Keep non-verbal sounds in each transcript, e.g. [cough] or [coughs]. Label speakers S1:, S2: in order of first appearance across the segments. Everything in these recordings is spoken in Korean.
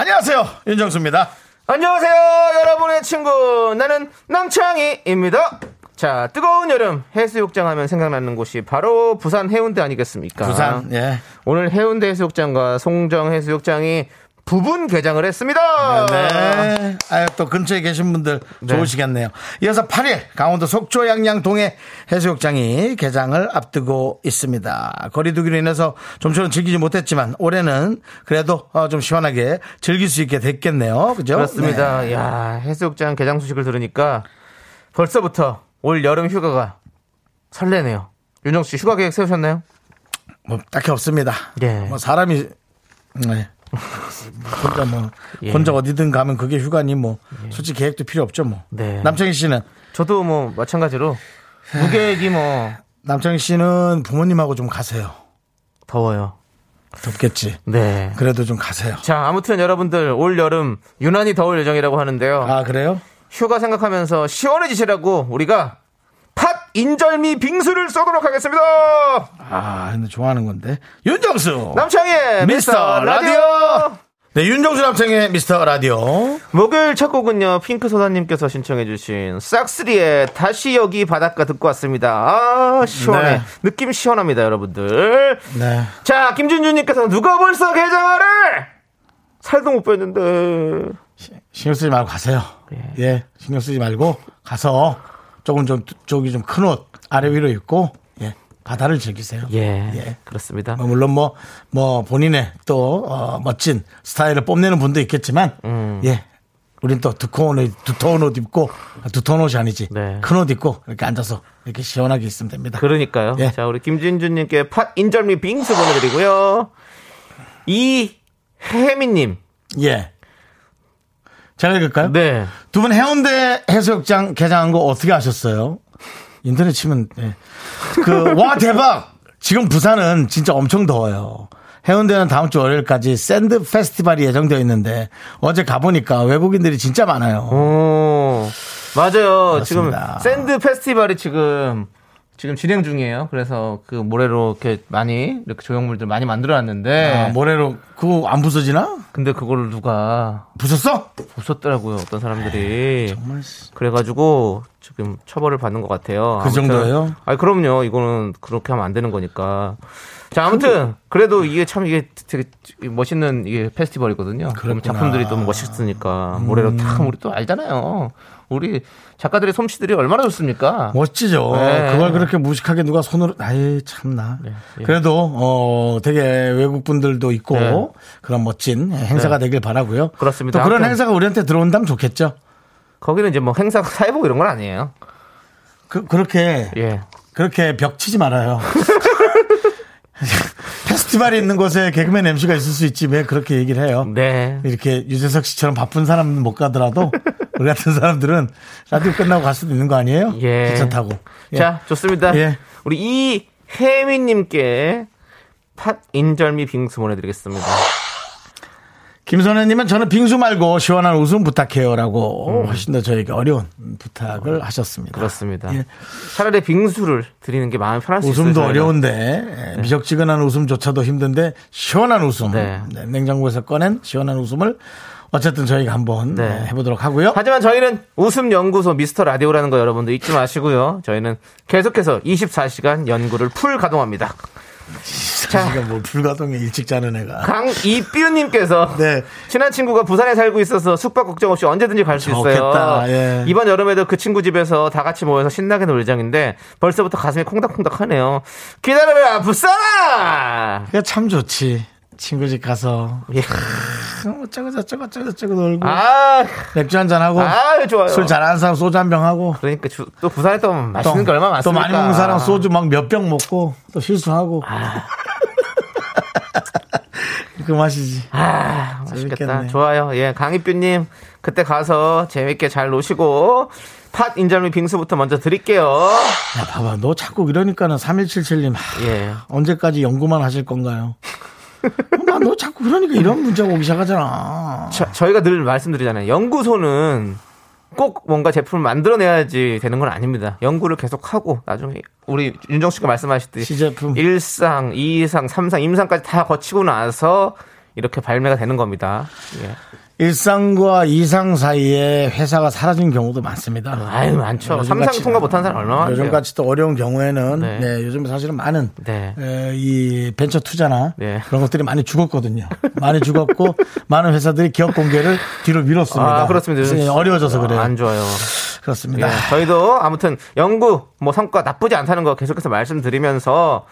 S1: 안녕하세요 윤정수입니다
S2: 안녕하세요, 여러분의 친구. 나는 남창희입니다. 자, 뜨거운 여름 해수욕장 하면 생각나는 곳이 바로 부산 해운대 아니겠습니까?
S1: 부산 예
S2: 오늘 해운대 해수욕장과 송정 해수욕장이 부분 개장을 했습니다.
S1: 네. 아유, 또 근처에 계신 분들
S2: 네.
S1: 좋으시겠네요. 이어서 8일 강원도 속초 양양동의 해수욕장이 개장을 앞두고 있습니다. 거리두기로 인해서 좀처럼 즐기지 못했지만 올해는 그래도 어, 좀 시원하게 즐길 수 있게 됐겠네요. 그죠?
S2: 그렇습니다.
S1: 네.
S2: 야, 해수욕장 개장 소식을 들으니까 벌써부터 올 여름 휴가가 설레네요. 윤정 씨 휴가 계획 세우셨나요?
S1: 뭐 딱히 없습니다.
S2: 예.
S1: 뭐 사람이 네. 혼자 뭐
S2: 예.
S1: 혼자 어디든 가면 그게 휴가니 뭐 솔직히 계획도 필요 없죠 뭐.
S2: 네.
S1: 남창희 씨는
S2: 저도 뭐 마찬가지로
S1: 예.
S2: 무계획이 뭐
S1: 남창희 씨는 부모님하고 좀 가세요.
S2: 더워요.
S1: 덥겠지.
S2: 네.
S1: 그래도 좀 가세요.
S2: 자, 아무튼 여러분들 올 여름 유난히 더울 예정이라고 하는데요.
S1: 아 그래요?
S2: 휴가 생각하면서 시원해지시라고 우리가 팥 인절미 빙수를 쏘도록 하겠습니다.
S1: 아 근데 좋아하는 건데 윤정수
S2: 남창희의 미스터 라디오.
S1: 네 윤정수 남창의 미스터 라디오
S2: 목요일 첫 곡은요 핑크 소다님께서 신청해주신 싹스리의 다시 여기 바닷가 듣고 왔습니다. 아 시원해
S1: 네.
S2: 느낌 시원합니다 여러분들.
S1: 네
S2: 자 김준주님께서 누가 벌써 개장하래? 살도 못 뺐는데
S1: 신경 쓰지 말고 가세요 예, 신경 쓰지 말고 가서 조금 좀 저기 좀 큰 옷 아래 위로 입고 예 바다를 즐기세요
S2: 예,
S1: 예.
S2: 그렇습니다.
S1: 뭐 물론 뭐 뭐 본인의 또 어, 멋진 스타일을 뽐내는 분도 있겠지만
S2: 음.
S1: 예 우린 또 두꺼운 옷, 두터운 옷 입고 아, 두터운 옷이 아니지
S2: 네.
S1: 큰 옷 입고 이렇게 앉아서 이렇게 시원하게 있으면 됩니다
S2: 그러니까요.
S1: 예.
S2: 자, 우리 김진주님께 팥 인절미 빙수 보내드리고요. 이 혜미님.
S1: 예. 제가 읽을까요?
S2: 네.
S1: 두 분 해운대 해수욕장 개장한 거 어떻게 아셨어요? 인터넷 치면, 예.
S2: [laughs]
S1: 그, 와, 대박! 지금 부산은 진짜 엄청 더워요. 해운대는 다음 주 월요일까지 샌드 페스티벌이 예정되어 있는데 어제 가보니까 외국인들이 진짜 많아요.
S2: 오. 맞아요.
S1: 그렇습니다.
S2: 지금 샌드 페스티벌이 지금 지금 진행 중이에요. 그래서 그 모래로 이렇게 많이 이렇게 조형물들 많이 만들어놨는데
S1: 아, 모래로 그거 안 부서지나?
S2: 근데 그거를 누가
S1: 부쉈어?
S2: 없었더라고요. 어떤 사람들이 그래가지고 지금 처벌을 받는 것 같아요.
S1: 그 정도예요?
S2: 아 그럼요. 이거는 그렇게 하면 안 되는 거니까. 자 아무튼 그래도 이게 참 이게 되게 멋있는 이게 페스티벌이거든요. 그럼
S1: 그렇구나. 음.
S2: 작품들이 너무 멋있으니까 모래로 탁 우리 또 알잖아요. 우리 작가들의 솜씨들이 얼마나 좋습니까?
S1: 멋지죠.
S2: 네.
S1: 그걸 그렇게 무식하게 누가 손으로, 아이, 참나. 그래도, 어, 되게 외국 분들도 있고,
S2: 예. 네.
S1: 그런 멋진 행사가 되길 바라고요
S2: 그렇습니다.
S1: 또 그런
S2: 아무튼-
S1: 행사가 우리한테 들어온다면 좋겠죠.
S2: 거기는 이제 뭐 행사 사회복 이런 건 아니에요.
S1: 그, 그렇게,
S2: 예.
S1: 그렇게 벽 치지 말아요. [laughs] 페스티벌이 있는 곳에 개그맨 MC가 있을 수 있지, 왜 그렇게 얘기를 해요.
S2: 네.
S1: 이렇게 유재석 씨처럼 바쁜 사람은 못 가더라도, 우리 같은 사람들은 라디오 끝나고 갈 수도 있는 거 아니에요?
S2: 예.
S1: 괜찮다고. 예.
S2: 자, 좋습니다.
S1: 예.
S2: 우리 이혜민님께 팥 인절미 빙수 보내드리겠습니다.
S1: 김선혜님은 저는 빙수 말고 시원한 웃음 부탁해요라고 훨씬 더 저에게 어려운 부탁을 하셨습니다.
S2: 그렇습니다.
S1: 예.
S2: 차라리 빙수를 드리는 게 마음이 편할 수 있어요.
S1: 웃음도
S2: 저희는.
S1: 어려운데 예, 미적지근한 웃음조차도 힘든데 시원한 웃음,
S2: 네.
S1: 네, 냉장고에서 꺼낸 시원한 웃음을 어쨌든 저희가 한번
S2: 네.
S1: 예, 해보도록 하고요. [laughs]
S2: 하지만 저희는 웃음 연구소 미스터 라디오라는 거 여러분들 잊지 마시고요. 저희는 계속해서 24시간 연구를 풀 가동합니다.
S1: 자기가 뭐 불가동에 일찍 자는 애가
S2: 강이삐우님께서
S1: 네.
S2: 친한 친구가 부산에 살고 있어서 숙박 걱정 없이 언제든지 갈 수 있어요.
S1: 좋겠다, 예.
S2: 이번 여름에도 그 친구 집에서 다 같이 모여서 신나게 놀 예정인데 벌써부터 가슴이 콩닥콩닥하네요. 기다려라 부산아!
S1: 그게 참 좋지. 친구 집 가서
S2: 예.
S1: 뭐 어쩌고 저쩌고 어쩌고 저쩌고 놀고
S2: 아,
S1: 맥주 한 잔 하고
S2: 아 좋아요.
S1: 술 잘하는 사람 소주 한 병 하고
S2: 그러니까 주- 또 부산에 또 맛있는 게 얼마나
S1: 또
S2: 많습니까?
S1: 많이 먹는 사람
S2: 아.
S1: 소주 막 몇 병 먹고 또 실수하고 [laughs] 그럼 하시지.
S2: 아, 맛있겠다.
S1: 재밌겠네.
S2: 좋아요. 예, 강희뷰님 그때 가서 재밌게 잘 노시고 팥 인절미 빙수부터 먼저 드릴게요.
S1: 야, 봐봐. 너 자꾸 이러니까는 3177님. 하,
S2: 예.
S1: 언제까지 연구만 하실 건가요? 나 너 자꾸 그러니까 이런 문제가 오기 시작하잖아.
S2: 저, 저희가 늘 말씀드리잖아요. 연구소는 꼭 뭔가 제품을 만들어내야지 되는 건 아닙니다. 연구를 계속하고 나중에 우리 윤정 씨가 말씀하셨듯이
S1: 시제품.
S2: 1상, 2상, 3상, 임상까지 다 거치고 나서 이렇게 발매가 되는 겁니다. 예.
S1: 일상과 이상 사이에 회사가 사라진 경우도 많습니다.
S2: 아유, 많죠.
S1: 요즘
S2: 3상
S1: 같이-
S2: 통과 못한 사람 얼마나 많아요.
S1: 요즘같이 또 어려운 경우에는
S2: 네.
S1: 네, 요즘 사실은 많은
S2: 네.
S1: 에, 이 벤처 투자나
S2: 네.
S1: 그런 것들이 많이 죽었거든요. 많이
S2: [laughs]
S1: 죽었고 많은 회사들이 기업 공개를 뒤로 미뤘습니다.
S2: 아, 그렇습니다. 요즘
S1: 그래서 어려워져서
S2: 아,
S1: 그래요. 네.
S2: 안 좋아요. 예,
S1: 그렇습니다.
S2: 저희도 아무튼 연구 뭐 성과 나쁘지 않다는 거 계속해서 말씀드리면서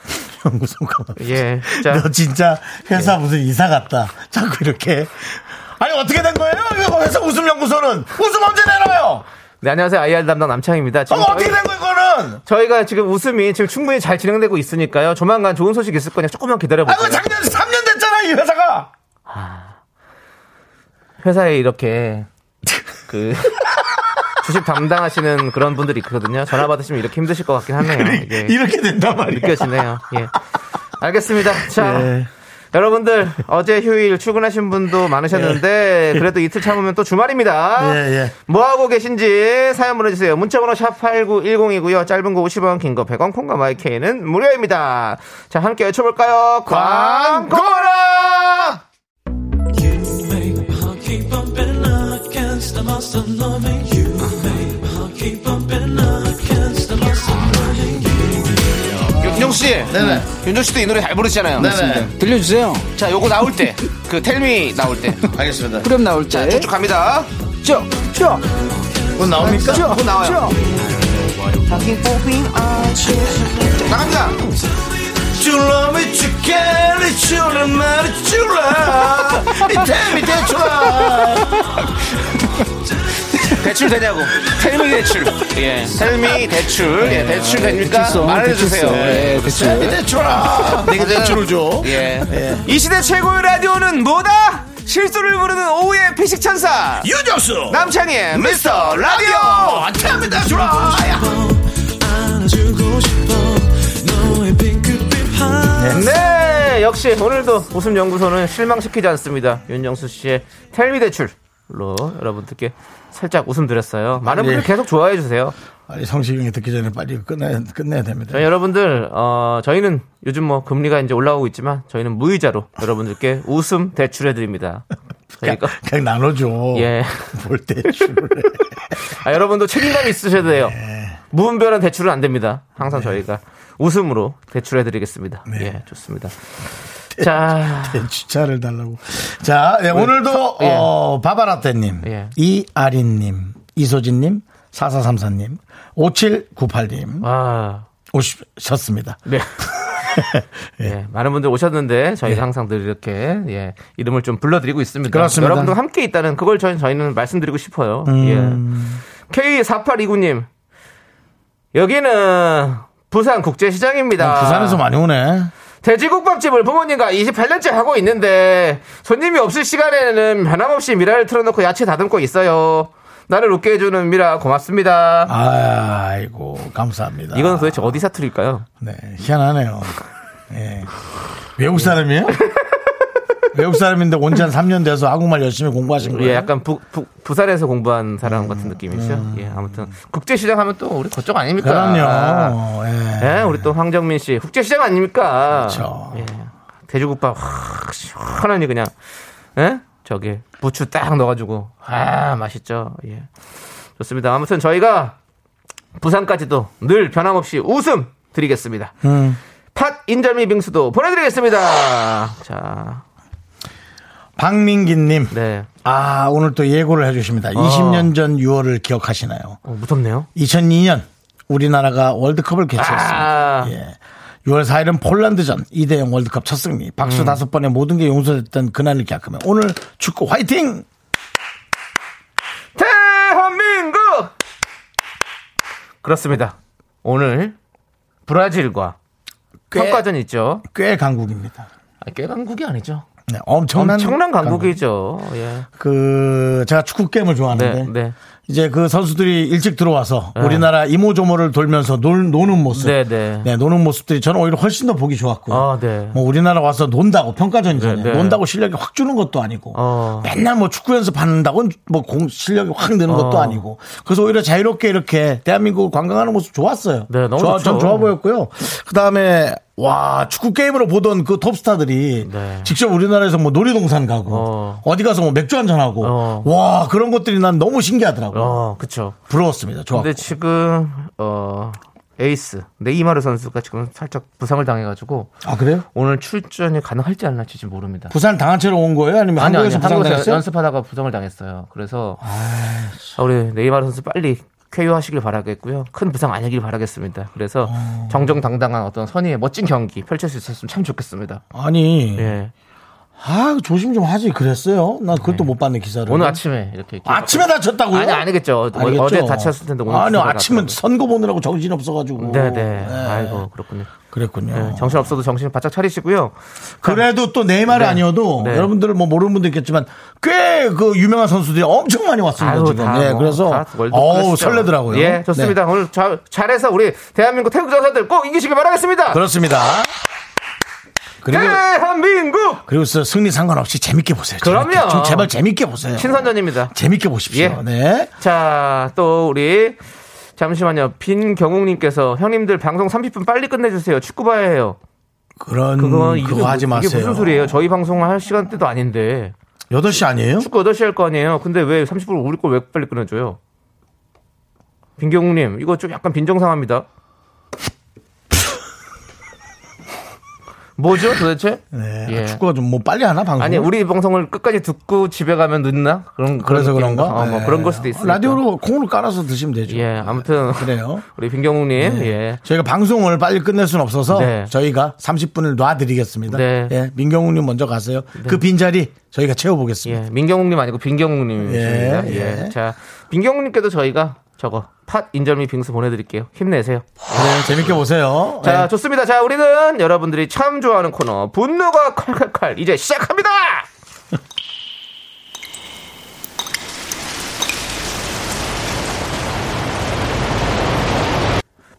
S1: 연구소가
S2: 예, 진짜 예.
S1: 너 진짜 회사 무슨 이사 같다. 자꾸 이렇게 아니 어떻게 된 거예요? 이거 뭐 회사 웃음 연구소는 웃음 언제 내놔요?
S2: 네, 안녕하세요. IR 담당 남창입니다.
S1: 어,
S2: 지금
S1: 어떻게
S2: 저희-
S1: 된 거예요? 이거는
S2: 저희가 지금 웃음이 지금 충분히 잘 진행되고 있으니까요. 조만간 좋은 소식 있을 거니까 조금만
S1: 아이고
S2: 기다려보세요.
S1: 작년 3년 됐잖아 이 회사가.
S2: 회사에 이렇게 그 [laughs] 주식 담당하시는 그런 분들이 있거든요. 전화 받으시면 이렇게 힘드실 것 같긴 하네요. 예,
S1: 이렇게 된단 말이야.
S2: 느껴지네요. 예. 알겠습니다. 자.
S1: 예.
S2: 여러분들 어제 휴일 출근하신 분도 많으셨는데 그래도 이틀 참으면 또 주말입니다.
S1: 예, 예.
S2: 뭐 하고 계신지 사연 보내주세요. 문자번호 샵 #8910이고요. 짧은 거 50원, 긴 거 100원, 콩과 마이케이는 무료입니다. 자 함께 외쳐볼까요? 광고라. 윤정 씨,
S1: 네네.
S2: 윤정 씨도 이 노래 잘 부르시잖아요.
S1: 네네.
S3: 들려주세요.
S2: 자, 요거 나올 때, 그 텔미 나올 때
S1: 알겠습니다.
S3: 그럼 나올 때.
S2: 쭉쭉 갑니다.
S3: 쭉, 쭉,
S1: 그건 나옵니까?
S2: 쭉 나와요.
S3: 쭉.
S2: 나갑니다.
S1: You love me, you care, it's your man, it's your love. 이 템이 대출아.
S2: 대출 되냐고. 텔미 대출. 예. 텔미 대출. 예, 대출 됩니까?
S3: 아, 대출성,
S2: 말해주세요.
S3: 대출성. 예, 대출.
S1: 이 대출아. 내가 대출을 줘.
S2: 예. 이 시대 최고의 라디오는 뭐다? 실수를 부르는 오후의 피식 천사.
S1: 유정수.
S2: 남창희의 미스터 라디오!
S1: 라디오. 템이 대출아.
S2: 네, 역시 오늘도 웃음연구소는 실망시키지 않습니다. 윤정수 씨의 텔미 대출로 여러분들께 살짝 웃음 드렸어요. 많은 분들
S1: 예.
S2: 계속 좋아해 주세요.
S1: 아니 성시경이 듣기 전에 빨리 끝내야 끝내야 됩니다.
S2: 저희 여러분들 어, 저희는 요즘 뭐 금리가 이제 올라오고 있지만 저희는 무이자로 여러분들께 웃음 대출해 드립니다.
S1: 그냥,
S2: 그러니까
S1: 그냥 나눠줘.
S2: 예.
S1: 뭘 대출을 해.
S2: 아, 여러분도 책임감이 있으셔야 돼요. 무분별한 대출은 안 됩니다. 항상 저희가 웃음으로 대출해 드리겠습니다. 예, 좋습니다. 자,
S1: 내 주차를 달라고. 자, 예, 오늘도
S2: 예.
S1: 어, 바바라떼님,
S2: 예.
S1: 이아린님, 이소진님, 4434님, 5798님
S2: 와.
S1: 오셨습니다. [laughs]
S2: 네.
S1: 네.
S2: 예, 많은 분들 오셨는데 저희가 항상 늘 이렇게 예, 이름을 좀 불러드리고 있습니다.
S1: 그렇습니다. 음.
S2: 여러분들 함께 있다는 그걸 저희, 저희는 말씀드리고 싶어요. 예. K4829님 여기는 부산 국제시장입니다.
S1: 음, 부산에서 많이 오네.
S2: 돼지국밥집을 부모님과 28년째 하고 있는데 손님이 없을 시간에는 변함없이 미라를 틀어놓고 야채 다듬고 있어요. 나를 웃게 해주는 미라 고맙습니다.
S1: 아, 아이고 감사합니다.
S2: 이건 그 도대체 어디 사투리일까요?
S1: 네, 희한하네요. 예. 외국
S2: [laughs]
S1: 사람이에요? 외국 사람인데 온지 한 3년 돼서 한국말 열심히 공부하신 거예요?
S2: 예, 약간 부, 산에서 공부한 사람
S1: 음,
S2: 같은 느낌이죠. 예, 아무튼 국제시장 하면 또 우리 거쪽 아닙니까?
S1: 그럼요. 예.
S2: 예, 우리 또 황정민 씨 국제시장 아닙니까?
S1: 그렇죠.
S2: 예, 돼지국밥 확 시원하니 그냥 예? 저기 부추 딱 넣어가지고 아 맛있죠. 예, 좋습니다. 아무튼 저희가 부산까지도 늘 변함없이 웃음 드리겠습니다.
S1: 음.
S2: 팥 인절미 빙수도 보내드리겠습니다. 자,
S1: 박민기님.
S2: 네,
S1: 아, 오늘 또 예고를 해주십니다. 20년 전 6월을 기억하시나요?
S2: 어, 무섭네요.
S1: 2002년 우리나라가 월드컵을 개최했습니다.
S2: 아,
S1: 예. 6월 4일은 폴란드전 2대0 월드컵 첫 승리. 박수
S2: 음.
S1: 다섯 번에 모든 게 용서됐던 그날을 기억하며 오늘 축구 화이팅!
S2: 대한민국! 그렇습니다. 오늘 브라질과
S1: 꽤-
S2: 평가전 있죠.
S1: 꽤 강국입니다.
S2: 아, 꽤강국이 아니죠.
S1: 네, 엄청난,
S2: 엄청난
S1: 강국.
S2: 강국이죠. 예.
S1: 그 제가 축구 게임을 좋아하는데
S2: 네, 네.
S1: 이제 그 선수들이 일찍 들어와서
S2: 네.
S1: 우리나라 이모저모를 돌면서 놀, 노는 모습,
S2: 네, 네.
S1: 노는 모습들이 저는 오히려 훨씬 더 보기 좋았고,
S2: 아, 네.
S1: 뭐 우리나라 와서 논다고 평가전이잖아요.
S2: 네, 네.
S1: 논다고 실력이 확 주는 것도 아니고,
S2: 어.
S1: 맨날 뭐 축구 연습한다고 뭐 공 실력이 확 느는 것도
S2: 어.
S1: 아니고, 그래서 오히려 자유롭게 이렇게 대한민국 관광하는 모습 좋았어요.
S2: 네, 너무
S1: 좋아,
S2: 좋죠.
S1: 전 좋아 보였고요. 그 다음에 와 축구 게임으로 보던 그 톱스타들이
S2: 네.
S1: 직접 우리나라에서 뭐 놀이동산 가고
S2: 어.
S1: 어디 가서 뭐 맥주 한잔 하고
S2: 어.
S1: 와 그런 것들이 난 너무 신기하더라고. 요
S2: 어, 그쵸.
S1: 부러웠습니다. 좋아.
S2: 근데 지금, 어, 에이스, 네이마르 선수가 지금 살짝 부상을 당해가지고
S1: 아 그래요?
S2: 오늘 출전이 가능할지 안 할지 지금 모릅니다.
S1: 부산 당한 채로 온 거예요? 아니면
S2: 아니, 아니,
S1: 네, 한국에서
S2: 한국에서
S1: 부상당했어요?
S2: 연습하다가 부상을 당했어요. 그래서 아, 우리 네이마르 선수 빨리 쾌유하시길 바라겠고요. 큰 부상 아니길 바라겠습니다. 그래서
S1: 어.
S2: 정정당당한 어떤 선의의 멋진 경기 펼칠 수 있었으면 참 좋겠습니다.
S1: 아니,
S2: 예.
S1: 아 조심 좀 하지 그랬어요. 난 그것도 못 봤네 기사를.
S2: 오늘 아침에 이렇게
S1: 아침에 다쳤다고요?
S2: 아니, 아니겠죠. 어- 어제 다쳤을 텐데 오늘
S1: 아니
S2: 기사가
S1: 아침은
S2: 났다고.
S1: 선거 보느라고 정신 없어가지고. 예.
S2: 네네. 아이고 그렇군요.
S1: 그랬군요.
S2: 예, 정신 없어도 정신 바짝 차리시고요.
S1: 그래도 또 네이마르
S2: 네.
S1: 아니어도
S2: 네.
S1: 여러분들 뭐 모르는 분도 있겠지만 꽤 그 유명한 선수들이 엄청 많이 왔습니다
S2: 아유,
S1: 지금.
S2: 다
S1: 예,
S2: 뭐,
S1: 그래서
S2: 다 월드클래스죠.
S1: 어우 설레더라고요.
S2: 예, 좋습니다. 오늘 자- 잘해서 우리 대한민국 태극 전사들 꼭 이기시길
S1: 네,
S2: 바라겠습니다. 네,
S1: 그렇습니다. 그리고
S2: 대한민국
S1: 그리고 저 승리 상관없이 재밌게 보세요.
S2: 그럼요.
S1: 재밌게. 좀 제발 재밌게 보세요.
S2: 신선전입니다.
S1: 재밌게 보십시오.
S2: 예.
S1: 네.
S2: 자, 또 우리 잠시만요. 빈경욱님께서 형님들 방송 30분 빨리 끝내주세요. 축구 봐야 해요.
S1: 그런
S2: 그거
S1: 음, 그거,
S2: 이게, 뭐-
S1: 하지
S2: 이게
S1: 마세요.
S2: 무슨 소리예요? 저희 방송 할 시간대도 아닌데
S1: 8시 아니에요?
S2: 축구 8시 할 거 아니에요. 근데 왜 30분 우리 걸 왜 빨리 끊어줘요? 빈경욱님 이거 좀 약간 빈정상합니다. [laughs] 뭐죠 도대체?
S1: 네.
S2: 예.
S1: 축구가 좀 뭐 빨리 하나 방송.
S2: 아니 우리 방송을 끝까지 듣고 집에 가면 늦나 그런
S1: 그래서
S2: 그런
S1: 그런가?
S2: 느낌인가? 어, 뭐
S1: 네.
S2: 그런 걸 수도 있어요.
S1: 라디오로 콩으로 깔아서 드시면 되죠.
S2: 예 아무튼
S1: [laughs] 그래요.
S2: 우리 빈경욱님
S1: 네.
S2: 예
S1: 저희가 방송을 빨리 끝낼 수는 없어서
S2: 네.
S1: 저희가 30분을 놔드리겠습니다.
S2: 네.
S1: 예, 민경욱님 먼저 가세요. 그 빈자리 저희가 채워보겠습니다.
S2: 예, 민경욱님 아니고 빈경욱님입니다.
S1: 예,
S2: 예,
S1: 예.
S2: 자, 빈경욱님께도 저희가 저거 팥 인절미 빙수 보내드릴게요. 힘내세요.
S1: 네, 재밌게 보세요.
S2: 자,
S1: 예.
S2: 좋습니다. 자, 우리는 여러분들이 참 좋아하는 코너 분노가 칼칼칼 이제 시작합니다. [laughs]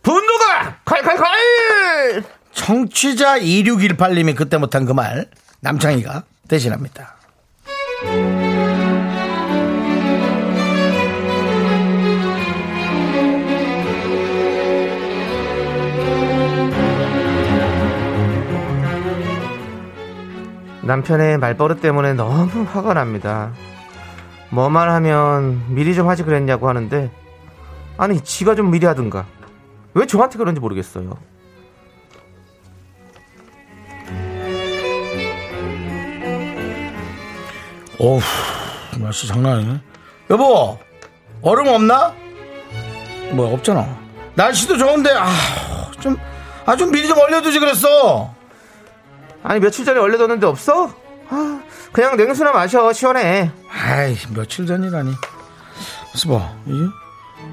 S2: 분노가 칼칼칼.
S1: 청취자 2618님이 그때 못한 그 말, 남창희가 대신합니다.
S2: 남편의 말버릇 때문에 너무 화가 납니다. 뭐만 하면 미리 좀 하지 그랬냐고 하는데 아니 지가 좀 미리 하든가 왜 저한테 그런지 모르겠어요.
S1: 어우, 날씨 장난 아니네. 여보, 얼음 없나? 뭐야, 없잖아. 날씨도 좋은데, 아, 좀, 아, 좀 미리 좀 얼려두지 그랬어.
S2: 아니 며칠 전에 얼려뒀는데 없어? 아, 그냥 냉수나 마셔 시원해.
S1: 아이, 며칠 전이라니. 스봐, 이게?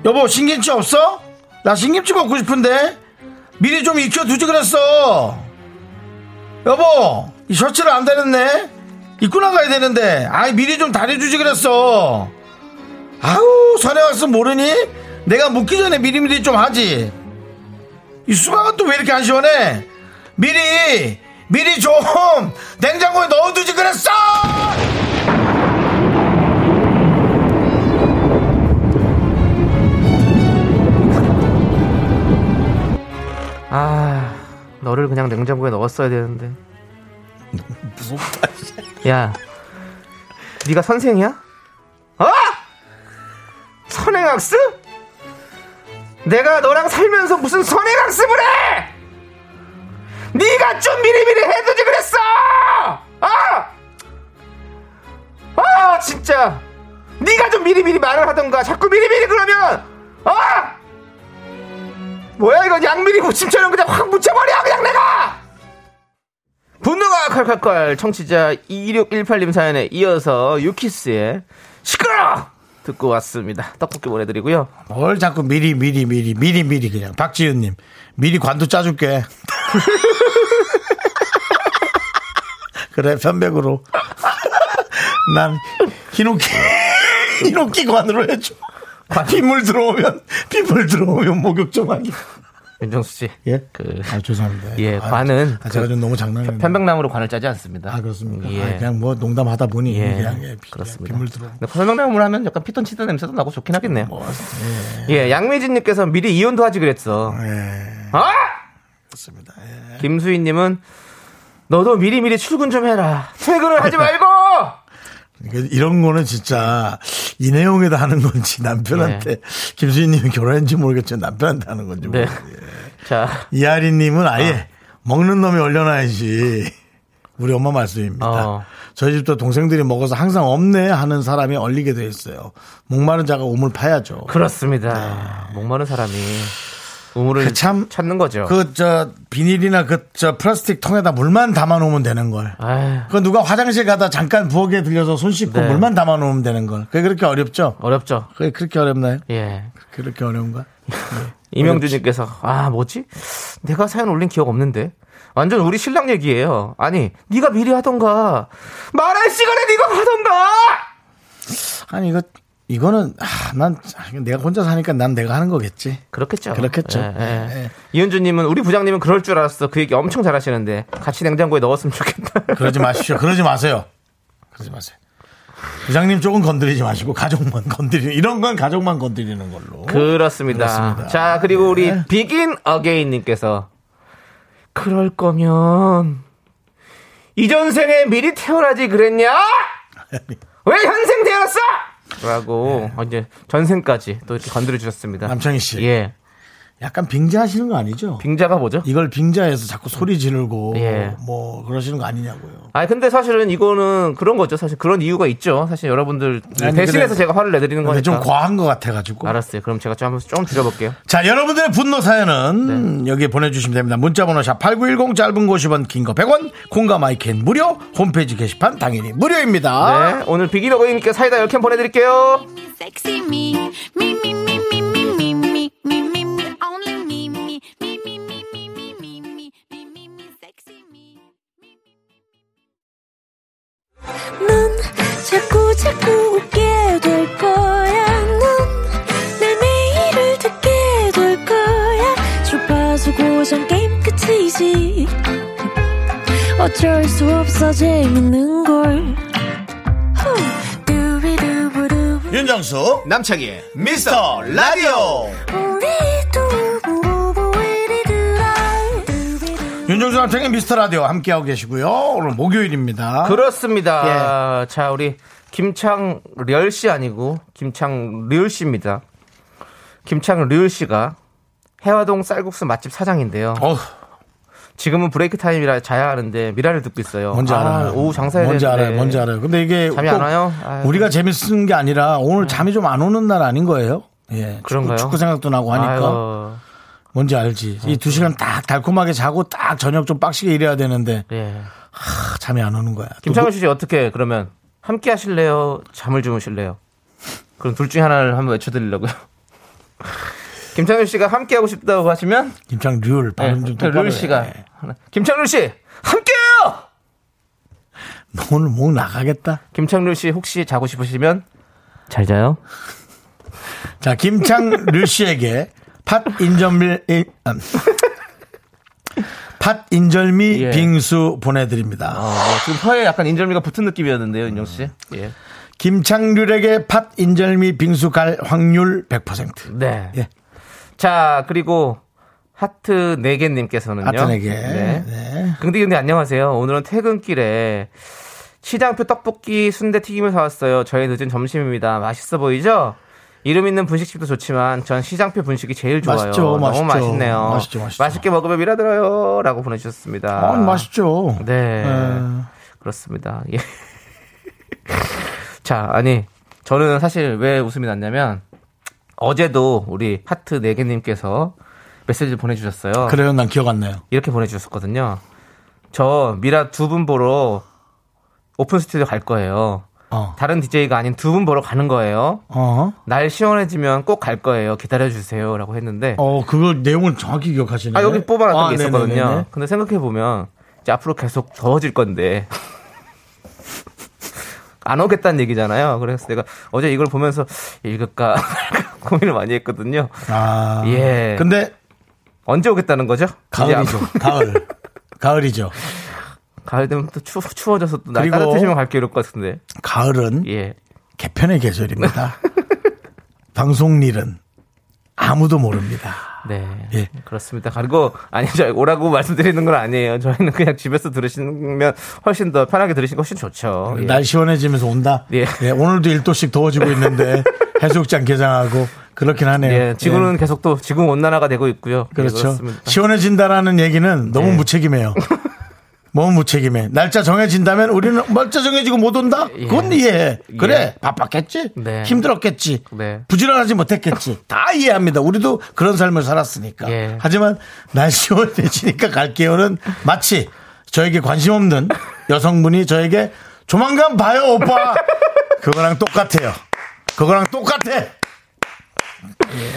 S1: 여보, 신김치 없어? 나 신김치 먹고 싶은데? 미리 좀 익혀두지 그랬어. 여보, 이 셔츠를 안 다렸네? 입고 나가야 되는데, 아이, 미리 좀 다려주지 그랬어. 아우, 전에 왔으면 모르니? 내가 묻기 전에 미리미리 좀 하지. 이 수박은 또 왜 이렇게 안 시원해? 미리, 미리 좀 [laughs] 냉장고에 넣어두지 그랬어!
S2: 아 너를 그냥 냉장고에 넣었어야 되는데.
S1: 무섭다.
S2: 야, 네가 선생이야? 어? 선행학습? 내가 너랑 살면서 무슨 선행학습을 해? 네가 좀 미리미리 해두지 그랬어! 아! 아 진짜 네가 좀 미리미리 말을 하던가 자꾸 미리미리 그러면 아! 뭐야 이건 양미리 무침처럼 그냥 확 묻혀버려 그냥 내가! 분노가 칼칼칼 청취자 2618님 사연에 이어서 유키스의 시끄러 듣고 왔습니다. 떡볶이 보내드리고요.
S1: 뭘 자꾸 미리 미리 미리 미리 미리 그냥 박지윤님 미리 관도 짜줄게 [laughs] 그래 편백으로 [laughs] 난 히노키 [laughs] 히노키관으로 해줘 빗물 들어오면 빗물 들어오면 목욕 좀 하기
S2: 윤정수 씨.
S1: 예?
S2: 그
S1: 아 죄송합니다
S2: 예,
S1: 아,
S2: 관은
S1: 아, 제가
S2: 그
S1: 좀 너무 장난을
S2: 편백나무로 관을 짜지 않습니다.
S1: 아 그렇습니까
S2: 예.
S1: 아, 그냥 뭐 농담하다 보니
S2: 예.
S1: 그냥 예, 비,
S2: 그렇습니다.
S1: 빗물 들어
S2: 근데 편백나무로 하면 약간 피톤치드 냄새도 나고 좋긴 하겠네요.
S1: 뭐,
S2: 예, 양미진님께서 미리 이혼도 하지 그랬어.
S1: 예
S2: 아!
S1: 그렇습니다 예.
S2: 김수희님은 너도 미리 미리 출근 좀 해라. 퇴근을
S1: [laughs]
S2: 하지 말고.
S1: 그러니까 이런 거는 진짜 이 내용에다 하는 건지 남편한테 김수희님이 결혼했는지 모르겠지만 남편한테 하는 건지
S2: 네.
S1: 모르겠어요. 예.
S2: 자,
S1: 이하리님은 아예 먹는 놈이 올려놔야지. 우리 엄마 말씀입니다.
S2: 어.
S1: 저희 집도 동생들이 먹어서 항상 없네 하는 사람이 얼리게 돼 있어요. 목마른 자가 우물 파야죠.
S2: 그렇죠. 그렇습니다. 목마른 사람이 우물을
S1: 그 참-
S2: 찾는 거죠.
S1: 그 저 비닐이나 그 저 플라스틱 통에다 물만 담아 놓으면 되는 걸.
S2: 아휴,
S1: 그 누가 화장실 가다 잠깐 부엌에 들려서 손 씻고
S2: 네.
S1: 물만 담아 놓으면 되는 걸. 그게 그렇게 어렵죠?
S2: 어렵죠.
S1: 그게 그렇게 어렵나요?
S2: 예.
S1: 그렇게 어려운가?
S2: 이명주님께서 아 뭐지? 내가 사연 올린 기억 없는데 완전 우리 신랑 얘기예요. 아니 네가 미리 하던가 말할 시간에 네가 하던가.
S1: 아니 이거 이거는 아, 난 내가 혼자 사니까 난 내가 하는 거겠지.
S2: 그렇겠죠.
S1: 그렇겠죠.
S2: 예, 예.
S1: 예, 예.
S2: 이은주님은 우리 부장님은 그럴 줄 알았어. 그 얘기 엄청 잘하시는데 같이 냉장고에 넣었으면 좋겠다. [laughs]
S1: 그러지 마십시오. 그러지 마세요. 그러지 마세요. 부장님 쪽은 건드리지 마시고 가족만 건드리는 이런 건 가족만 건드리는 걸로.
S2: 그렇습니다.
S1: 그렇습니다.
S2: 자 그리고 우리
S1: 네.
S2: 비긴 어게인님께서 그럴 거면 이전생에 미리
S1: [laughs]
S2: 태어나지 그랬냐? 왜 현생 태어났어? 라고 어, 이제 전생까지 또 이렇게 건드려 주셨습니다.
S1: 남창희 씨.
S2: 예.
S1: 약간 빙자하시는 거 아니죠?
S2: 빙자가 뭐죠?
S1: 이걸 빙자해서 자꾸 소리 지르고
S2: 예.
S1: 뭐 그러시는 거 아니냐고요.
S2: 아 근데 사실은 이거는 그런 거죠. 사실 그런 이유가 있죠. 사실 여러분들
S1: 아니,
S2: 대신해서
S1: 근데-
S2: 제가 화를 내드리는
S1: 근데
S2: 거니까.
S1: 좀 과한 것 같아가지고.
S2: 그러니까. 알았어요. 그럼 제가 좀 한번 좀 줄여볼게요.
S1: 자, 여러분들의 분노
S2: 네.
S1: 사연은 여기 보내주시면 됩니다. 문자번호 샵8910 짧은 50원, 긴 거 100원, 콩과 마이캔 무료, 홈페이지 게시판 당연히 무료입니다.
S2: 네. 오늘 비기너거이님께 사이다 10캔 보내드릴게요.
S4: Sexy me, me, me, me, me, me, me, me, me, me, me, only me, me, me, me, me, me, me, me, me, me, me, me, sexy me.
S5: 넌 자꾸 자꾸 웃게 될 거야. 넌내 매일을 듣게 될 거야. 주파수 고정 게임 끝이지. 어쩔 수 없어 재밌는 걸. 후. 두비두부두부.
S1: 윤정수, 남창희, 미스터 라디오.
S5: 우리 두부부부 우리들아. 두비두부.
S1: 윤정수 남창의 미스터 라디오 함께하고 계시고요. 오늘 목요일입니다.
S2: 그렇습니다.
S1: 예.
S2: 자, 우리 김창렬 씨 아니고 김창률 씨입니다. 김창률 씨가 해화동 쌀국수 맛집 사장인데요.
S1: 어,
S2: 지금은 브레이크 타임이라 자야 하는데 미라를 듣고 있어요.
S1: 뭔지
S2: 아,
S1: 알아요.
S2: 오후 장사해야
S1: 뭔지
S2: 되는데.
S1: 알아요. 뭔지 알아요. 근데 이게
S2: 잠이
S1: 꼭
S2: 안 와요? 아유. 음.
S1: 우리가 재밌는 게 아니라 오늘 잠이 좀 안 오는 날 아닌 거예요. 예.
S2: 그런가요?
S1: 축구, 축구 생각도 나고 하니까.
S2: 아이고,
S1: 뭔지 알지. 이 두 시간 딱 달콤하게 자고 딱 저녁 좀 빡시게 일해야 되는데
S2: 예.
S1: 아, 잠이 안 오는 거야.
S2: 김창률 씨 어떻게 그러면 함께 하실래요? 잠을 주무실래요? 그럼 둘 중에 하나를 한번 외쳐드리려고요. [laughs] 김창률 씨가 함께 하고 싶다고 하시면
S1: 뭐,
S2: 네, 그
S1: 김창 률 발음 좀 똑바로.
S2: 룰
S1: 해.
S2: 씨가 김창률 씨 함께해요.
S1: 너 오늘 목 나가겠다.
S2: 김창률 씨 혹시 자고 싶으시면 잘 자요.
S1: 자, 김창 류 씨에게 팥 인절미 이- 음. 팥 인절미
S2: 예.
S1: 빙수 보내드립니다.
S2: 어, 뭐 지금 혀에 약간 인절미가 붙은 느낌이었는데요, 윤정 씨. 예.
S1: 김창률에게 팥 인절미 빙수 갈 확률 100%.
S2: 네.
S1: 예.
S2: 자 그리고 하트 네개님께서는요
S1: 아트에게
S2: 네. 근데 근데 안녕하세요. 오늘은 퇴근길에 시장표 떡볶이 순대 튀김을 사왔어요. 저의 늦은 점심입니다. 맛있어 보이죠? 이름 있는 분식집도 좋지만 전 시장표 분식이 제일 좋아요.
S1: 맛있죠,
S2: 너무
S1: 맛있죠.
S2: 맛있네요.
S1: 맛있죠, 맛있죠.
S2: 맛있게 먹으면 미라들어요라고 보내주셨습니다.
S1: 아, 맛있죠.
S2: 네.
S1: 예.
S2: 그렇습니다. 예. [laughs] 자, 아니, 저는 사실 왜 웃음이 났냐면, 어제도 우리 하트 네개님께서 메시지를 보내주셨어요.
S1: 그래요, 난 기억 안 나요.
S2: 이렇게 보내주셨거든요. 저 미라 두 분 보러 오픈 스튜디오 갈 거예요.
S1: 어.
S2: 다른 DJ가 아닌 두 분 보러 가는 거예요.
S1: 어.
S2: 날 시원해지면 꼭 갈 거예요. 기다려주세요. 라고 했는데,
S1: 어, 그걸 내용을 정확히 기억하시네.
S2: 아, 여기 뽑아놨던 게
S1: 네네네네.
S2: 있었거든요. 근데 [laughs] 생각해보면, 이제 앞으로 계속 더워질 건데, 안 오겠다는 얘기잖아요. 그래서 내가 어제 이걸 보면서 읽을까 말까 [laughs] 고민을 많이 했거든요.
S1: 아.
S2: 예.
S1: 근데
S2: 언제 오겠다는 거죠? 이제
S1: 가을이죠.
S2: 앞-
S1: 가을. 가을이죠.
S2: 가을 되면 또 추, 추워져서 또 날
S1: 그리고-
S2: 따뜻해지면 갈게 이럴 것 같은데.
S1: 가을은
S2: 예.
S1: 개편의 계절입니다. [laughs] 방송일은 아무도 모릅니다.
S2: 네.
S1: 예.
S2: 그렇습니다. 그리고, 아니, 저 오라고 말씀드리는 건 아니에요. 저희는 그냥 집에서 들으시면 훨씬 더 편하게 들으시는 게 훨씬 좋죠. 예.
S1: 날 시원해지면서 온다.
S2: 예.
S1: 예, 오늘도 1도씩 더워지고
S2: [laughs]
S1: 있는데 해수욕장 개장하고 그렇긴 하네요.
S2: 예, 지구는
S1: 예.
S2: 계속 또 지구 온난화가 되고 있고요. 예,
S1: 그렇죠.
S2: 그렇습니다.
S1: 시원해진다라는 얘기는 너무
S2: 예.
S1: 무책임해요. 너무 무책임해. 날짜 정해진다면 우리는 날짜 정해지고 못 온다? 그건 이해해. 그래. 바빴겠지?
S2: 예. 네.
S1: 힘들었겠지?
S2: 네.
S1: 부지런하지
S2: [laughs]
S1: 못했겠지? 다 이해합니다. 우리도 그런 삶을 살았으니까.
S2: 예.
S1: 하지만 날 시원해지니까 갈게요는 마치 저에게 관심 없는 여성분이 저에게 조만간 봐요, 오빠! 그거랑 똑같아요. 그거랑 똑같아!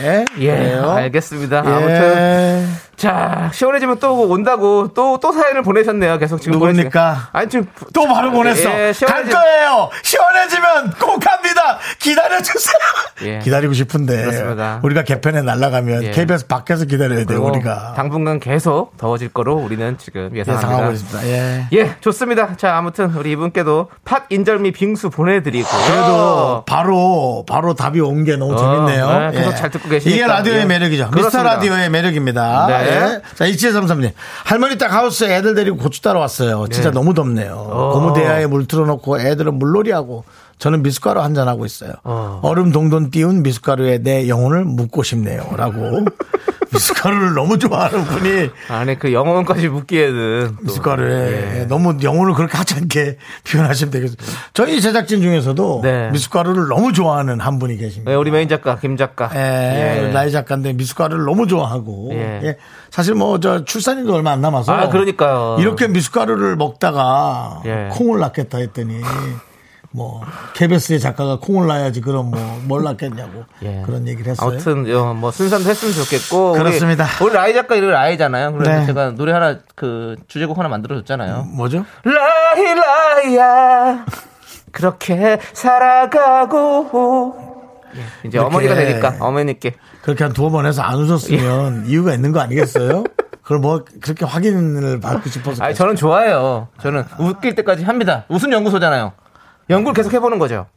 S1: 예.
S2: 예,
S1: 그래요.
S2: 알겠습니다.
S1: 예.
S2: 아무튼 자 시원해지면 또 온다고 또 또 사연을 보내셨네요. 계속 지금
S1: 누굽니까?
S2: 보내시- 아니 지금
S1: 또 바로 보냈어.
S2: 예,
S1: 갈
S2: 시원해지-
S1: 거예요. 시원해지면 꼭 갑니다. 기다려주세요.
S2: 예.
S1: 기다리고 싶은데
S2: 그렇습니다.
S1: 우리가 개편에 날아가면
S2: 예.
S1: KBS 밖에서 기다려야 돼요.
S2: 그리고
S1: 네, 우리가
S2: 당분간 계속 더워질 거로 우리는 지금 예상합니다.
S1: 예상하고 있습니다. 예.
S2: 예, 좋습니다. 자, 아무튼 우리 이분께도 팥 인절미 빙수 보내드리고
S1: 그래도 바로 바로 답이 온 게 너무
S2: 아. 어,
S1: 재밌네요. 예.
S2: 네, 계속 잘 듣고 계시니까.
S1: 이게 라디오의
S2: 예.
S1: 매력이죠. 미스터
S2: 그렇습니다.
S1: 라디오의 매력입니다.
S2: 네.
S1: 예. 자, 2733님. 할머니 딱 하우스에 애들 데리고 고추 따러 왔어요. 진짜 너무 덥네요.
S2: 어.
S1: 고무대야에 물 틀어놓고 애들은 물놀이하고 저는 미숫가루 한잔하고 있어요.
S2: 어.
S1: 어. 얼음 동동 띄운 미숫가루에 내 영혼을 묻고 싶네요. 라고. [laughs] 미숫가루를 너무 좋아하는 분이
S2: 안에 그 영혼까지 묻기에는 또- 예.
S1: 미숫가루에 예, 너무 영혼을 그렇게 하지 않게 [laughs] 표현하시면 되겠습니다. 저희 제작진 중에서도
S2: 네.
S1: 미숫가루를 너무 좋아하는 한 분이 계십니다.
S2: 네, 우리 메인 작가 김 작가.
S1: 예,
S2: 예.
S1: 나이 작가인데 미숫가루를 너무 좋아하고
S2: 예.
S1: 예, 사실 뭐 저 출산일도 얼마 안 남아서
S2: 아, 그러니까요.
S1: 뭐 이렇게 미숫가루를 먹다가
S2: 예.
S1: 콩을 낳겠다 했더니 뭐 KBS의 작가가 콩을 낳아야지 그럼 뭐 뭘 낳겠냐고
S2: [laughs] 예.
S1: 그런 얘기를 했어요.
S2: 아무튼 어, 뭐 순산도 했으면 좋겠고 우리-
S1: 그렇습니다.
S2: 우리, 라이 작가 이름 라이잖아요. 그래서
S1: 네. 음.
S2: 제가 노래 하나 그 주제곡 하나 만들어줬잖아요.
S1: 뭐죠?
S2: 라이 라이야 그렇게 살아가고 예, 이제
S1: 이렇게.
S2: 어머니가 되니까 어머니께
S1: 그렇게 한 두어 번 해서 안 웃었으면
S2: 예.
S1: 이유가 있는 거 아니겠어요? 그걸 뭐 그렇게 확인을 받고 싶어서
S2: 아니 저는 좋아요. 저는 웃길 때까지 합니다. 웃음 연구소잖아요. 연구를 계속 해보는 거죠.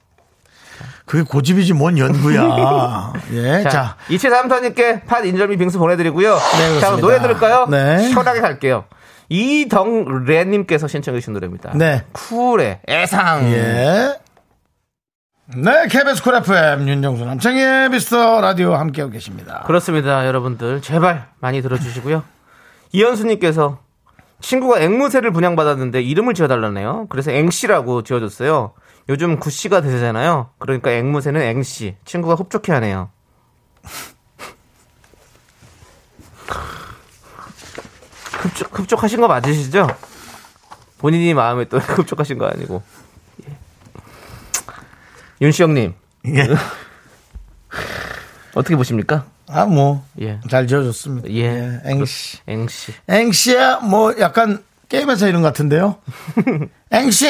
S1: 그게 고집이지 뭔
S2: [laughs]
S1: 연구야. 예,
S2: 자,
S1: 자 네,
S2: 이치삼사님께 팥 인절미 빙수 보내드리고요. 자,
S1: 그렇습니다.
S2: 노래 들을까요?
S1: 네.
S2: 시원하게 갈게요. 이덕래님께서 신청해주신 노래입니다.
S1: 네.
S2: 쿨의 애상.
S1: 예. 네, KBS 쿨 FM 윤정수 남창희의 미스터 라디오 함께하고 계십니다.
S2: 그렇습니다, 여러분들. 제발 많이 들어주시고요. [laughs] 이현수님께서 친구가 앵무새를 분양받았는데 이름을 지어달라네요. 그래서 앵씨라고 지어줬어요. 요즘 구씨가 대세잖아요. 그러니까 앵무새는 앵씨. 친구가 흡족해 하네요. [laughs] 흡족, 흡족하신 거 맞으시죠? 본인이 마음에 또 [laughs] 흡족하신 거 아니고. 예. 윤시영님,
S1: 예.
S2: [laughs] 어떻게 보십니까?
S1: 아, 뭐.
S2: 예.
S1: 잘 지어줬습니다.
S2: 예.
S1: 앵씨.
S2: 앵씨.
S1: 앵씨야, 뭐, 약간 게임에서 이런 것 같은데요?
S2: [laughs]
S1: 앵씨!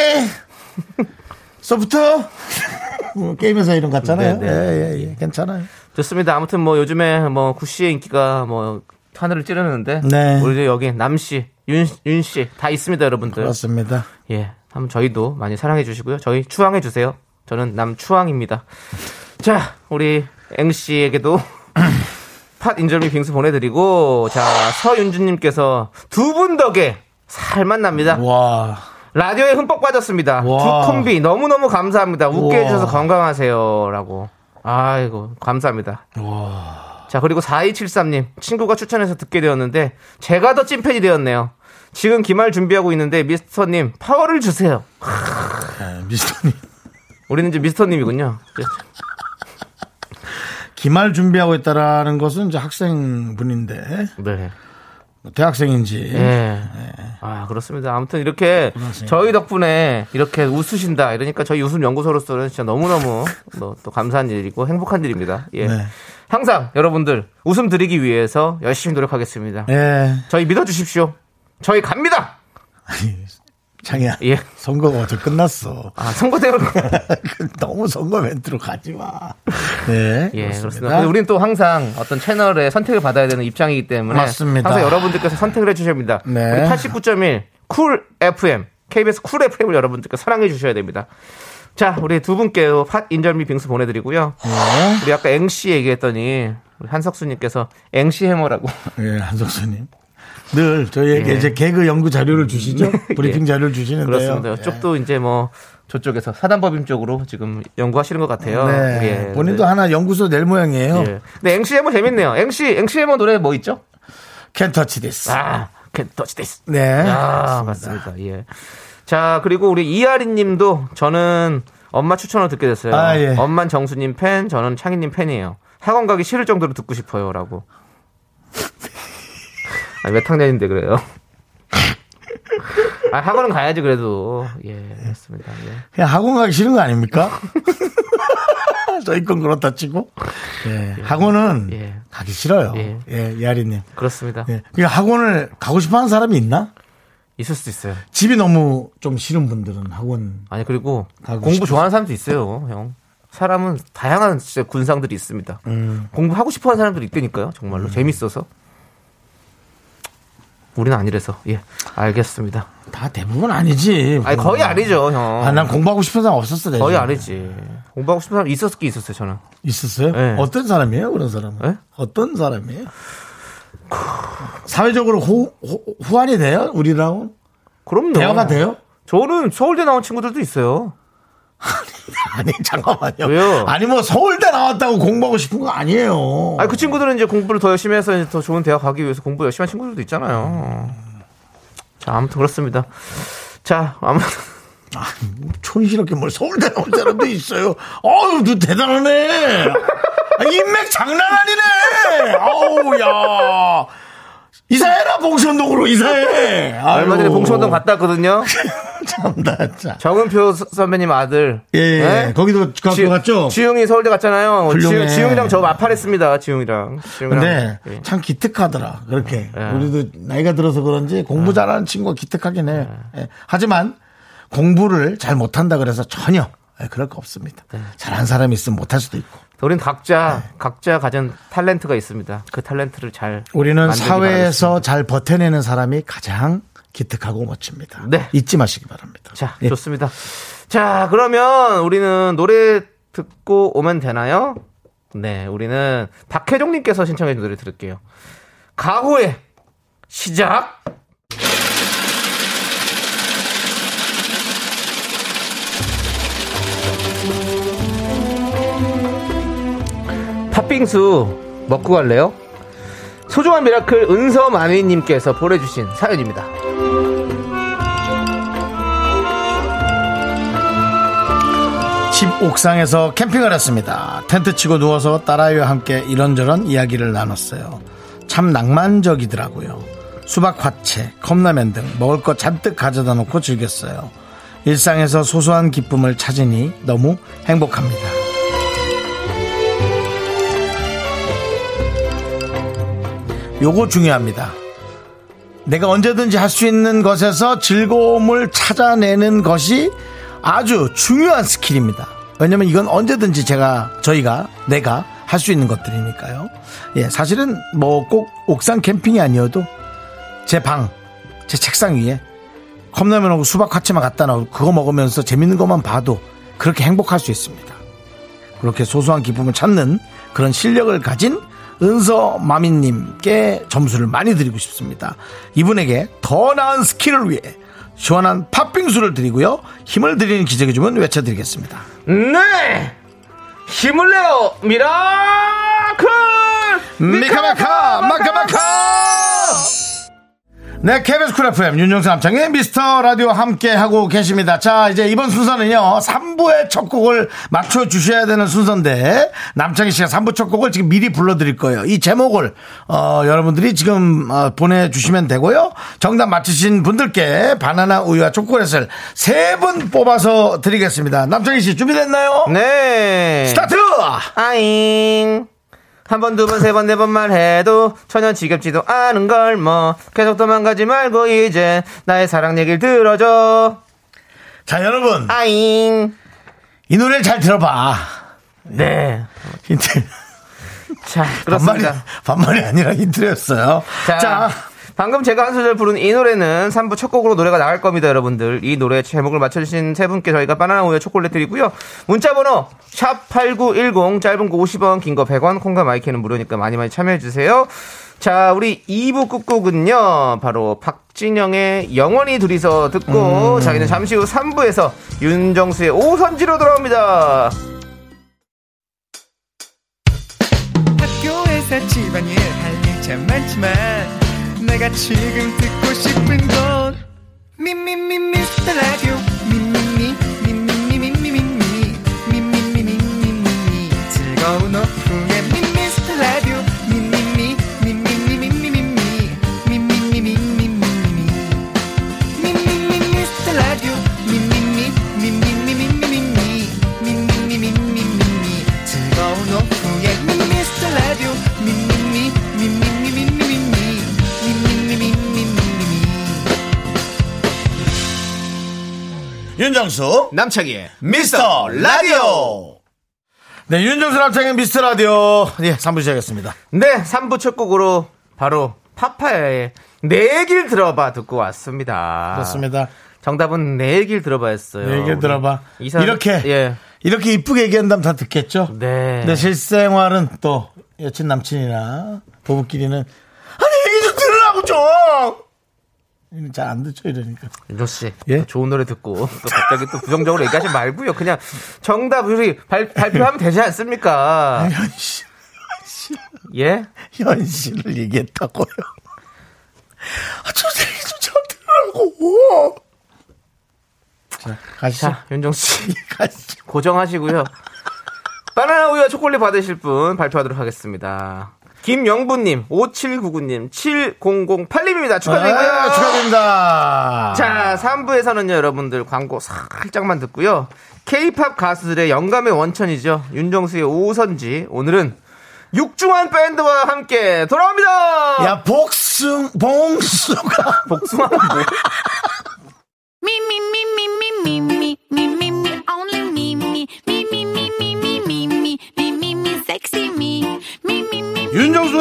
S2: [laughs]
S1: 소프트! 뭐 게임에서 이런 것 같잖아요.
S2: 네,
S1: 예, 예, 예. 괜찮아요.
S2: 좋습니다. 아무튼 뭐 요즘에 뭐 구씨의 인기가 뭐 하늘을 찌르는데
S1: 네.
S2: 우리 여기 남씨, 윤윤씨 다 있습니다, 여러분들.
S1: 그렇습니다.
S2: 예, 한번 저희도 많이 사랑해 주시고요. 저희 추앙해 주세요. 저는 남추앙입니다. 자, 우리 앵씨에게도 [coughs] 팥 인절미 빙수 보내드리고 자 서윤주님께서 두 분 덕에 살만 납니다.
S1: 와.
S2: 라디오에 흠뻑 빠졌습니다.
S1: 와.
S2: 두 콤비 너무너무 감사합니다. 웃게
S1: 우와.
S2: 해주셔서 건강하세요. 라고. 아이고, 감사합니다. 자, 그리고 4273님. 친구가 추천해서 듣게 되었는데, 제가 더 찐팬이 되었네요. 지금 기말 준비하고 있는데, 미스터님, 파워를 주세요.
S1: 예, 미스터님.
S2: 우리는 이제 미스터님이군요.
S1: 기말 준비하고 있다라는 것은 이제 학생분인데,
S2: 네.
S1: 대학생인지.
S2: 예. 아, 그렇습니다. 아무튼 이렇게 저희 덕분에 이렇게 웃으신다. 이러니까 저희 웃음 연구소로서는 진짜 너무너무 뭐 또 감사한 일이고 행복한 일입니다. 예.
S1: 네.
S2: 항상 여러분들 웃음 드리기 위해서 네. 열심히 노력하겠습니다.
S1: 예.
S2: 저희 믿어 주십시오. 저희 갑니다.
S1: 장이야.
S2: 예.
S1: 선거가 어제 끝났어. [laughs]
S2: 아, 선거 때문에.
S1: 너무 선거 멘트로 가지 마. 네.
S2: 예,
S1: 그렇습니다.
S2: 그렇습니다. 근데 우린 또 항상 어떤 채널에 선택을 받아야 되는 입장이기 때문에
S1: 맞습니다.
S2: 항상 여러분들께서 선택을 해주셔야 됩니다.
S1: 네.
S2: 우리 89.1 쿨 FM KBS 쿨 FM을 여러분들께서 사랑해 주셔야 됩니다. 자, 우리 두 분께 팥 인절미 빙수 보내드리고요.
S1: 어,
S2: 우리 아까 앵씨 얘기했더니 우리 한석수님께서 앵씨 해머라고
S1: 예, 한석수님. 늘 저희에게
S2: 예.
S1: 이제 개그 연구 자료를 주시죠. 브리핑 자료를 주시는데요.
S2: 그렇습니다.
S1: 예.
S2: 쪽도 이제 뭐 저쪽에서 사단법인 쪽으로 지금 연구하시는 것 같아요.
S1: 네.
S2: 예.
S1: 본인도 하나 연구소 낼 모양이에요.
S2: 예. 근데 앵씨 해머 재밌네요. 앵씨 앵씨 해머 노래 뭐 있죠?
S1: 캔 터치 디스.
S2: 아, 캔 터치 데스.
S1: 네.
S2: 아, 맞습니다. 예. 자, 그리고 우리 이하리 님도 저는 엄마 추천으로 듣게 됐어요.
S1: 아, 예.
S2: 엄만 정수님 팬, 저는 창희님 팬이에요. 학원 가기 싫을 정도로 듣고 싶어요. 라고. 아, 몇 학년인데 그래요? 아, 학원은 가야지 그래도. 예, 그렇습니다. 예.
S1: 그냥 학원 가기 싫은 거 아닙니까? [laughs] 저희 건 그렇다 치고. 예. 학원은
S2: 예.
S1: 가기 싫어요.
S2: 예.
S1: 예. 이하리님.
S2: 그렇습니다.
S1: 예. 그러니까 학원을 가고 싶어 하는 사람이 있나?
S2: 있을 수도 있어요.
S1: 집이 너무 좀 싫은 분들은 학원.
S2: 아니, 그리고
S1: 가고
S2: 공부
S1: 싶어서.
S2: 좋아하는 사람도 있어요, 형. 사람은 다양한 진짜 군상들이 있습니다.
S1: 음.
S2: 공부하고 싶어 하는 사람들이 있다니까요, 정말로. 재밌어서. 우리는 아니라서. 예. 알겠습니다.
S1: 다 대부분 아니지.
S2: 아니, 거의 아니죠, 형.
S1: 음. 아, 난 공부하고 싶은 사람 없었어. 내
S2: 거의
S1: 주변에.
S2: 아니지. 공부하고 싶은 사람 있었긴 있었어요, 저는.
S1: 있었어요?
S2: 예.
S1: 어떤 사람이에요, 그런 사람은?
S2: 예?
S1: 어떤 사람이에요? 사회적으로 호, 호- 호환이 돼요? 우리랑?
S2: 그럼요.
S1: 대화가 돼요?
S2: 저는 서울대 나온 친구들도 있어요.
S1: 아니, [laughs] 잠깐만요.
S2: 왜요?
S1: 아니, 뭐, 서울대 나왔다고 공부하고 싶은 거 아니에요.
S2: 아니, 그 친구들은 이제 공부를 더 열심히 해서 이제 더 좋은 대학 가기 위해서 공부 열심히 한 친구들도 있잖아요. 자, 아무튼 그렇습니다. 자, 아무튼.
S1: 촌스럽게 뭘 서울대 나온 사람도 있어요. 어우, 너 대단하네. 아, 인맥 장난 아니네. 아우, 야. 이사해라, 봉천동으로 이사해.
S2: 얼마 전에 봉천동 갔다 왔거든요.
S1: [laughs] 참다, 참.
S2: 정은표 서- 선배님 아들.
S1: 예, 예.
S2: 네?
S1: 거기도 그
S2: 지-
S1: 학교 갔죠?
S2: 지웅이 서울대 갔잖아요. 어,
S1: 훌륭해.
S2: 지웅, 이랑저 마팔했습니다. 지웅이랑. 지웅이랑.
S1: 근데
S2: 예.
S1: 참 기특하더라. 그렇게.
S2: 예.
S1: 우리도 나이가 들어서 그런지
S2: 네.
S1: 공부 잘하는 친구가 기특하긴 해. 예. 하지만 공부를 잘 못한다 그래서 전혀 예, 그럴 거 없습니다.
S2: 네.
S1: 잘한 사람이 있으면 못할 수도 있고.
S2: 우린 각자 각자 가진 탤런트가 있습니다. 그 탤런트를 잘
S1: 우리는
S2: 만들기
S1: 사회에서 잘 버텨내는 사람이 가장 기특하고 멋집니다.
S2: 네.
S1: 잊지 마시기 바랍니다.
S2: 바라겠습니다. 자,
S1: 예.
S2: 좋습니다. 자, 그러면 우리는 노래 듣고 오면 되나요? 네, 우리는 박혜종 님께서 신청해 준 노래 들을게요. 가호의 시작 팥빙수 먹고 갈래요? 소중한 미라클 은서마미님께서 보내주신 사연입니다.
S1: 집 옥상에서 캠핑을 했습니다. 텐트 치고 누워서 딸아이와 함께 이런저런 이야기를 나눴어요. 참 낭만적이더라고요. 수박 화채, 컵라면 등 먹을 거 잔뜩 가져다 놓고 즐겼어요. 일상에서 소소한 기쁨을 찾으니 너무 행복합니다. 요거 중요합니다. 내가 언제든지 할 수 있는 것에서 즐거움을 찾아내는 것이 아주 중요한 스킬입니다. 왜냐면 이건 언제든지 제가, 저희가, 내가 할 수 있는 것들이니까요. 예, 사실은 뭐 꼭 옥상 캠핑이 아니어도 제 방, 제 책상 위에 컵라면하고 수박 화채만 갖다 놓고 그거 먹으면서 재밌는 것만 봐도 그렇게 행복할 수 있습니다. 그렇게 소소한 기쁨을 찾는 그런 실력을 가진 은서 마미님께 점수를 많이 드리고 싶습니다. 이분에게 더 나은 스킬을 위해 시원한 팥빙수를 드리고요. 힘을 드리는 기적의 주문 외쳐드리겠습니다.
S2: 네! 힘을 내요! 미라클!
S1: 미카마카! 마카마카! 네, KBS 쿨 FM 윤정수 남창의 미스터 라디오 함께 하고 계십니다. 자, 이제 이번 순서는요, 3부의 첫 곡을 맞춰주셔야 되는 순서인데, 남창희 씨가 3부 첫 곡을 지금 미리 불러드릴 거예요. 이 제목을, 어, 여러분들이 지금, 어, 보내주시면 되고요. 정답 맞히신 분들께 바나나 우유와 초콜릿을 3분 뽑아서 드리겠습니다. 남창희 씨 준비됐나요?
S2: 네!
S1: 스타트!
S2: 아잉! 네. 한 번, 두 번, 세 번, 네 번만 해도 전혀 지겹지도 않은 걸 뭐. 계속 도망가지 말고 이제 나의 사랑 얘기를 들어줘.
S1: 자, 여러분.
S2: 아잉.
S1: 이 노래를 잘 들어봐. [laughs]
S2: 네.
S1: 힌트.
S2: 자,
S1: 반말이,
S2: 그렇습니다.
S1: 반말이 아니라 힌트였어요.
S2: 자,
S1: 자,
S2: 방금 제가 한 소절 부른 이 노래는 3부 첫 곡으로 노래가 나갈 겁니다, 여러분들. 이 노래 제목을 맞춰주신 세 분께 저희가 바나나 우유 초콜릿 드리고요. 문자번호 샵8910 짧은 거 50원, 긴 거 100원, 콩과 마이크는 무료니까 많이 많이 참여해주세요. 자, 우리 2부 끝곡은요, 바로 박진영의 영원히 둘이서 듣고, 자기는 잠시 후 3부에서 윤정수의 오선지로 돌아옵니다.
S6: 학교에서 집안일 할 일 참 많지만 내가 지금 듣고 싶은 건 미미미 미스터 라디오 미미미 미미미 미미미 미미미 미미미 즐거운 오후에 미미스터 라디오 미미미 미미미 미미미 미미미 미미미
S1: 윤정수.
S2: 남창희의
S1: 미스터 라디오. 네, 윤정수 남창의 미스터 라디오. 예, 3부 시작했습니다.
S2: 네, 3부 첫 곡으로 바로 파파야의 내 얘기를 들어봐 듣고 왔습니다.
S1: 그렇습니다.
S2: 정답은 내 얘기를 들어봐였어요.
S1: 내 얘기를
S2: 우리
S1: 들어봐.
S2: 이사-
S1: 이렇게.
S2: 예.
S1: 이렇게 이쁘게 얘기한다면 다 듣겠죠?
S2: 네.
S1: 근데 실생활은 또 여친 남친이나 부부끼리는 아니 얘기 좀 들으라고 좀. 잘 안 듣죠 이러니까.
S2: 윤정 씨,
S1: 예?
S2: 또 좋은 노래 듣고 또 갑자기 또 부정적으로 얘기하지 말고요. 그냥 정답 우리 발, 발표하면 되지 않습니까?
S1: 현실
S2: 예?
S1: 현실을 얘기했다고요. [laughs] 아, 좀 얘기 좀잘 들으라고. 자 가시죠.
S2: 자, 윤정 씨
S1: [laughs] 가시죠.
S2: 고정하시고요. 바나나 우유와 초콜릿 받으실 분 발표하도록 하겠습니다. 김영부님, 5799님, 7008님입니다. 축하드리고요.
S1: 아, 축하드립니다.
S2: 아. 자, 3부에서는요, 여러분들 광고 살짝만 듣고요. 케이팝 가수들의 영감의 원천이죠. 윤정수의 오선지. 오늘은 육중한 밴드와 함께 돌아옵니다!
S1: 야 복숭 봉수가
S2: [laughs] 복숭아. 뭐-
S4: Me me me me me me me me me me only me me me me me me me me me me me me sexy me me me me
S1: 윤정수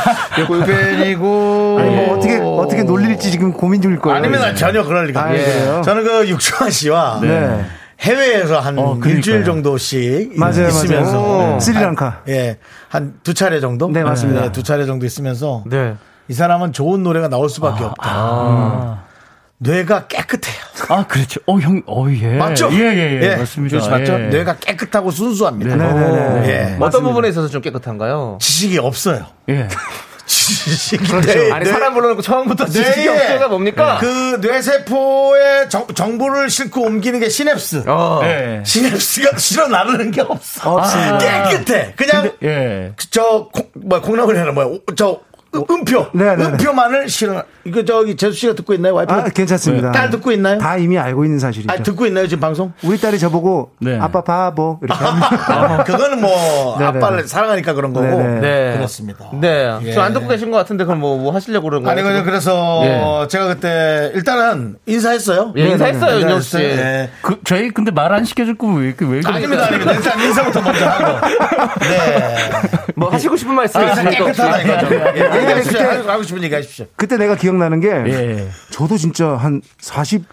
S1: 밴이고
S6: 아니, 뭐 어떻게 어떻게 놀릴지 지금 고민 중일 거예요.
S1: 아니면 전혀 그럴 리가
S6: 아,
S1: 없어요.
S6: 그래요?
S1: 저는 그 육중환 씨와
S6: 네.
S1: 해외에서 한
S3: 어, 그러니까요.
S1: 일주일 정도씩
S6: 맞아요,
S1: 있으면서
S6: 맞아요.
S2: 네.
S6: 스리랑카.
S1: 예, 한 두 차례 정도?
S6: 네, 맞습니다.
S1: 두 차례 정도 있으면서
S2: 네.
S1: 이 사람은 좋은 노래가 나올 수밖에 없다. 음. 뇌가 깨끗해요.
S7: 아, 그렇죠. 어, 형, 어, 예.
S1: 맞죠?
S7: 예, 예, 예.
S1: 예,
S7: 맞습니다.
S1: 조이씨 맞죠?
S7: 예.
S1: 뇌가 깨끗하고 순수합니다.
S6: 네네네.
S1: 예.
S2: 어떤 부분에 있어서 좀 깨끗한가요?
S1: 지식이 없어요. [laughs]
S7: 예.
S1: 지식이
S2: 그렇죠. 아니 사람 불러놓고 처음부터 지식이 없어가 뭡니까?
S1: 네. 그 뇌세포의 정, 정보를 싣고 옮기는 게 시냅스.
S2: 어.
S7: 예.
S1: 시냅스가 실어 나르는 게 없어. 아. 깨끗해. 그냥
S7: 예.
S1: 저, 콩, 뭐, 콩나물 해라, 뭐야. 오, 저, 음- 음표.
S6: 네, 네, 네.
S1: 음표만을 실어. 이거 저기, 재수씨가 듣고 있나요? 와이프?
S6: 아,
S1: 가
S6: 괜찮습니다.
S7: 네.
S1: 딸 듣고 있나요?
S6: 다 이미 알고 있는 사실이죠.
S1: 아, 듣고 있나요, 지금 방송?
S6: 우리 딸이 저보고
S7: 네.
S6: 아빠 바보 이렇게 합니다.
S7: [laughs]
S1: 아, 그거는 뭐,
S6: 네, 네.
S1: 아빠를 사랑하니까 그런 거고.
S6: 네,
S2: 네.
S1: 그렇습니다.
S2: 네.
S1: 예.
S2: 저 안 듣고 계신 것 같은데 그럼 뭐, 뭐 하시려고 그런 거예요?
S1: 아니, 그냥
S2: 지금?
S1: 그래서, 어, 제가 그때, 일단은, 인사했어요.
S2: 예, 인사했어요, 윤정 씨. 네.
S1: 인사했어요. 예.
S7: 그, 저희 근데 말 안 시켜줄 거왜 이렇게, 왜 그래?
S1: 아닙니다, 아닙니다. 일단 인사부터 먼저 하고. 네.
S2: 뭐 하시고 싶은 말씀
S1: 그래서
S2: 있으십니까? 혹시?
S1: 깨끗하다니까. 좀. 예, 얘기하십시오.
S6: 그때-
S1: 하고- 하고 싶은 얘기 하십시오.
S6: 그때 내가 기억나는 게
S7: 예.
S6: 저도 진짜 한 40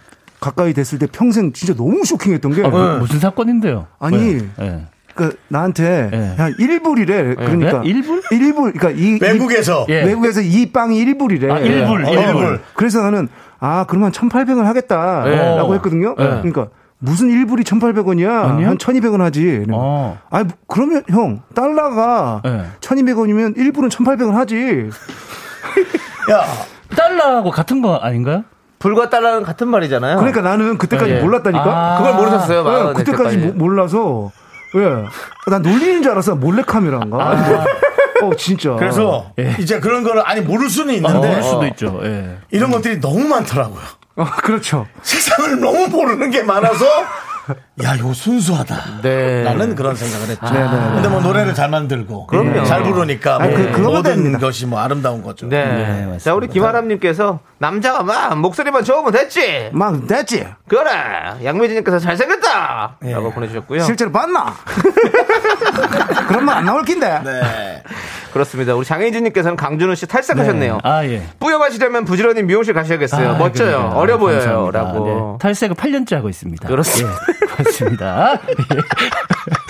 S6: 가까이 됐을 때 평생 진짜 너무 쇼킹했던 게
S7: 아, 그 무슨 사건인데요?
S6: 아니.
S7: 예. 예.
S6: 그러니까 나한테
S7: 예.
S6: 한 1불이래. 그러니까
S7: 네? 일불?
S6: 일불, 그러니까 이 이-
S1: 외국에서.
S7: 예.
S6: 외국에서 이 빵이 1불이래.
S7: 아, 일불,
S1: 어,
S7: 일불.
S1: 일불.
S6: 그래서 나는 아 그러면 1800원
S7: 예.
S6: 하겠다라고 했거든요.
S7: 예.
S6: 그러니까 무슨 1불이 1800원이야?
S7: 아니요.
S6: 한 1200원 하지.
S7: 어.
S6: 아니 뭐, 그러면 형 달러가
S7: 예.
S6: 1200원이면 1불은 1800원 하지.
S1: 야,
S7: 달러하고 같은 거 아닌가요?
S2: 불과 달러는 같은 말이잖아요.
S6: 그러니까 나는 그때까지
S2: 예, 예.
S6: 몰랐다니까.
S7: 아.
S2: 그걸 모르셨어요,
S6: 예,
S2: 만 원에
S6: 그때까지 모- 몰라서 예. 난 놀리는 줄 알았어. 몰래 카메라인가? 어 진짜.
S1: 그래서, 예. 이제 그런 거를, 아니, 모를 수는 있는데,
S7: 모를 수도 있죠. 예.
S1: 이런 것들이 너무 많더라고요. [laughs]
S6: 어, 그렇죠.
S1: 세상을 너무 모르는 게 많아서 야, 이거 순수하다.
S2: 네.
S1: 라는 그런 생각을 했죠. 근데 뭐 노래를 잘 만들고
S2: 그럼요.
S1: 잘 부르니까
S6: 아니,
S1: 뭐
S6: 그- 그거보다
S1: 모든
S6: 됩니다.
S1: 것이 뭐 아름다운 거죠.
S2: 네. 자, 우리 김아람님께서 남자가 막 목소리만 좋으면 됐지.
S6: 막 됐지.
S2: 그래. 양미진님께서 잘생겼다. 라고 보내주셨고요.
S6: 실제로 봤나? [laughs] 그런 말 안 나올 낀데.
S1: 네.
S2: 그렇습니다. 우리 장혜진님께서는 강준호 씨 탈색하셨네요.
S7: 아, 예.
S2: 뿌염하시려면 부지런히 미용실 가셔야겠어요.
S7: 아,
S2: 멋져요.
S7: 그러니까요.
S2: 어려 보여요.
S7: 감사합니다.
S2: 라고.
S7: 네. 탈색을 8년째 하고 있습니다.
S2: 그렇습니다.
S7: 예, 그렇습니다.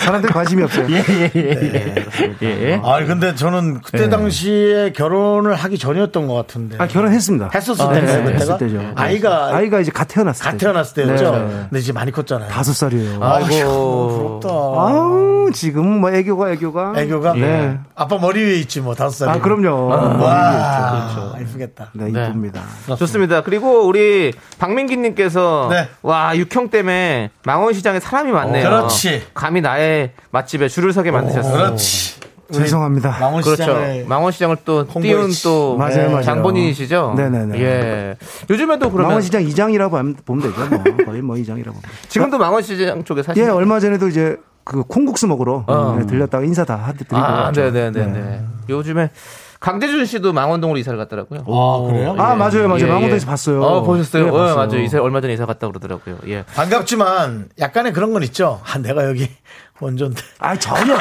S6: 사람들 관심이 없어요.
S7: 예, 예, 예, 예. 예.
S1: 아 근데 저는 그때 당시에 결혼을 하기 전이었던 것 같은데.
S6: 예. 아, 결혼했습니다.
S1: 했었을 때가요
S6: 네,
S1: 그때가?
S6: 했을 때죠.
S1: 아이가
S6: 아이가 이제 갓 태어났을
S1: 갓
S6: 때.
S1: 태어났을 때였죠.
S6: 네, 네.
S1: 근데 이제 많이 컸잖아요.
S6: 다섯 살이에요. 아,
S2: 아이고.
S6: 우 지금 뭐 애교가 애교가.
S1: 애교가
S6: 네.
S1: 아빠 머리 위에 있지 뭐 다섯 살.
S6: 아, 그럼요.
S1: 와, 이쁘겠다.
S6: 네, 이쁩니다.
S2: 좋습니다. 그리고 우리 박민기님께서
S1: 네.
S2: 와 육형 때문에 망원시장에 사람이 많네요.
S1: 어, 그렇지.
S2: 감히 나의 맛집에 줄을 서게 만드셨어요.
S1: 그렇지.
S6: 죄송합니다.
S1: 망원
S2: 그렇죠.
S1: 시장에
S2: 망원시장을 또 띄운
S1: 홍보했지.
S2: 또
S6: 맞아요, 맞아요.
S2: 장본인이시죠.
S6: 네네네.
S2: 예. 요즘에도 그러면
S6: 망원시장 이장이라고 하면- 보면 되죠. 뭐. 거의 뭐 이장이라고. 보면.
S2: 지금도 망원시장 쪽에 사시는
S6: 예, 얼마 전에도 이제 그 콩국수 먹으러
S1: 어.
S6: 네, 들렸다가 인사 다 하- 드리고.
S2: 아,
S6: 왔죠.
S2: 네네네. 네. 요즘에 강대준 씨도 망원동으로 이사를 갔더라고요.
S1: 와, 그래요?
S6: 아, 맞아요, 맞아요.
S2: 예, 예.
S6: 망원동에서 봤어요.
S2: 어, 보셨어요?
S6: 네,
S2: 어,
S6: 봤어요.
S2: 맞아요. 이사 얼마 전에 이사 갔다 그러더라고요. 예.
S1: 반갑지만 약간의 그런 건 있죠. 아, 내가 여기 [laughs] 원조인데.
S6: 아, 전혀.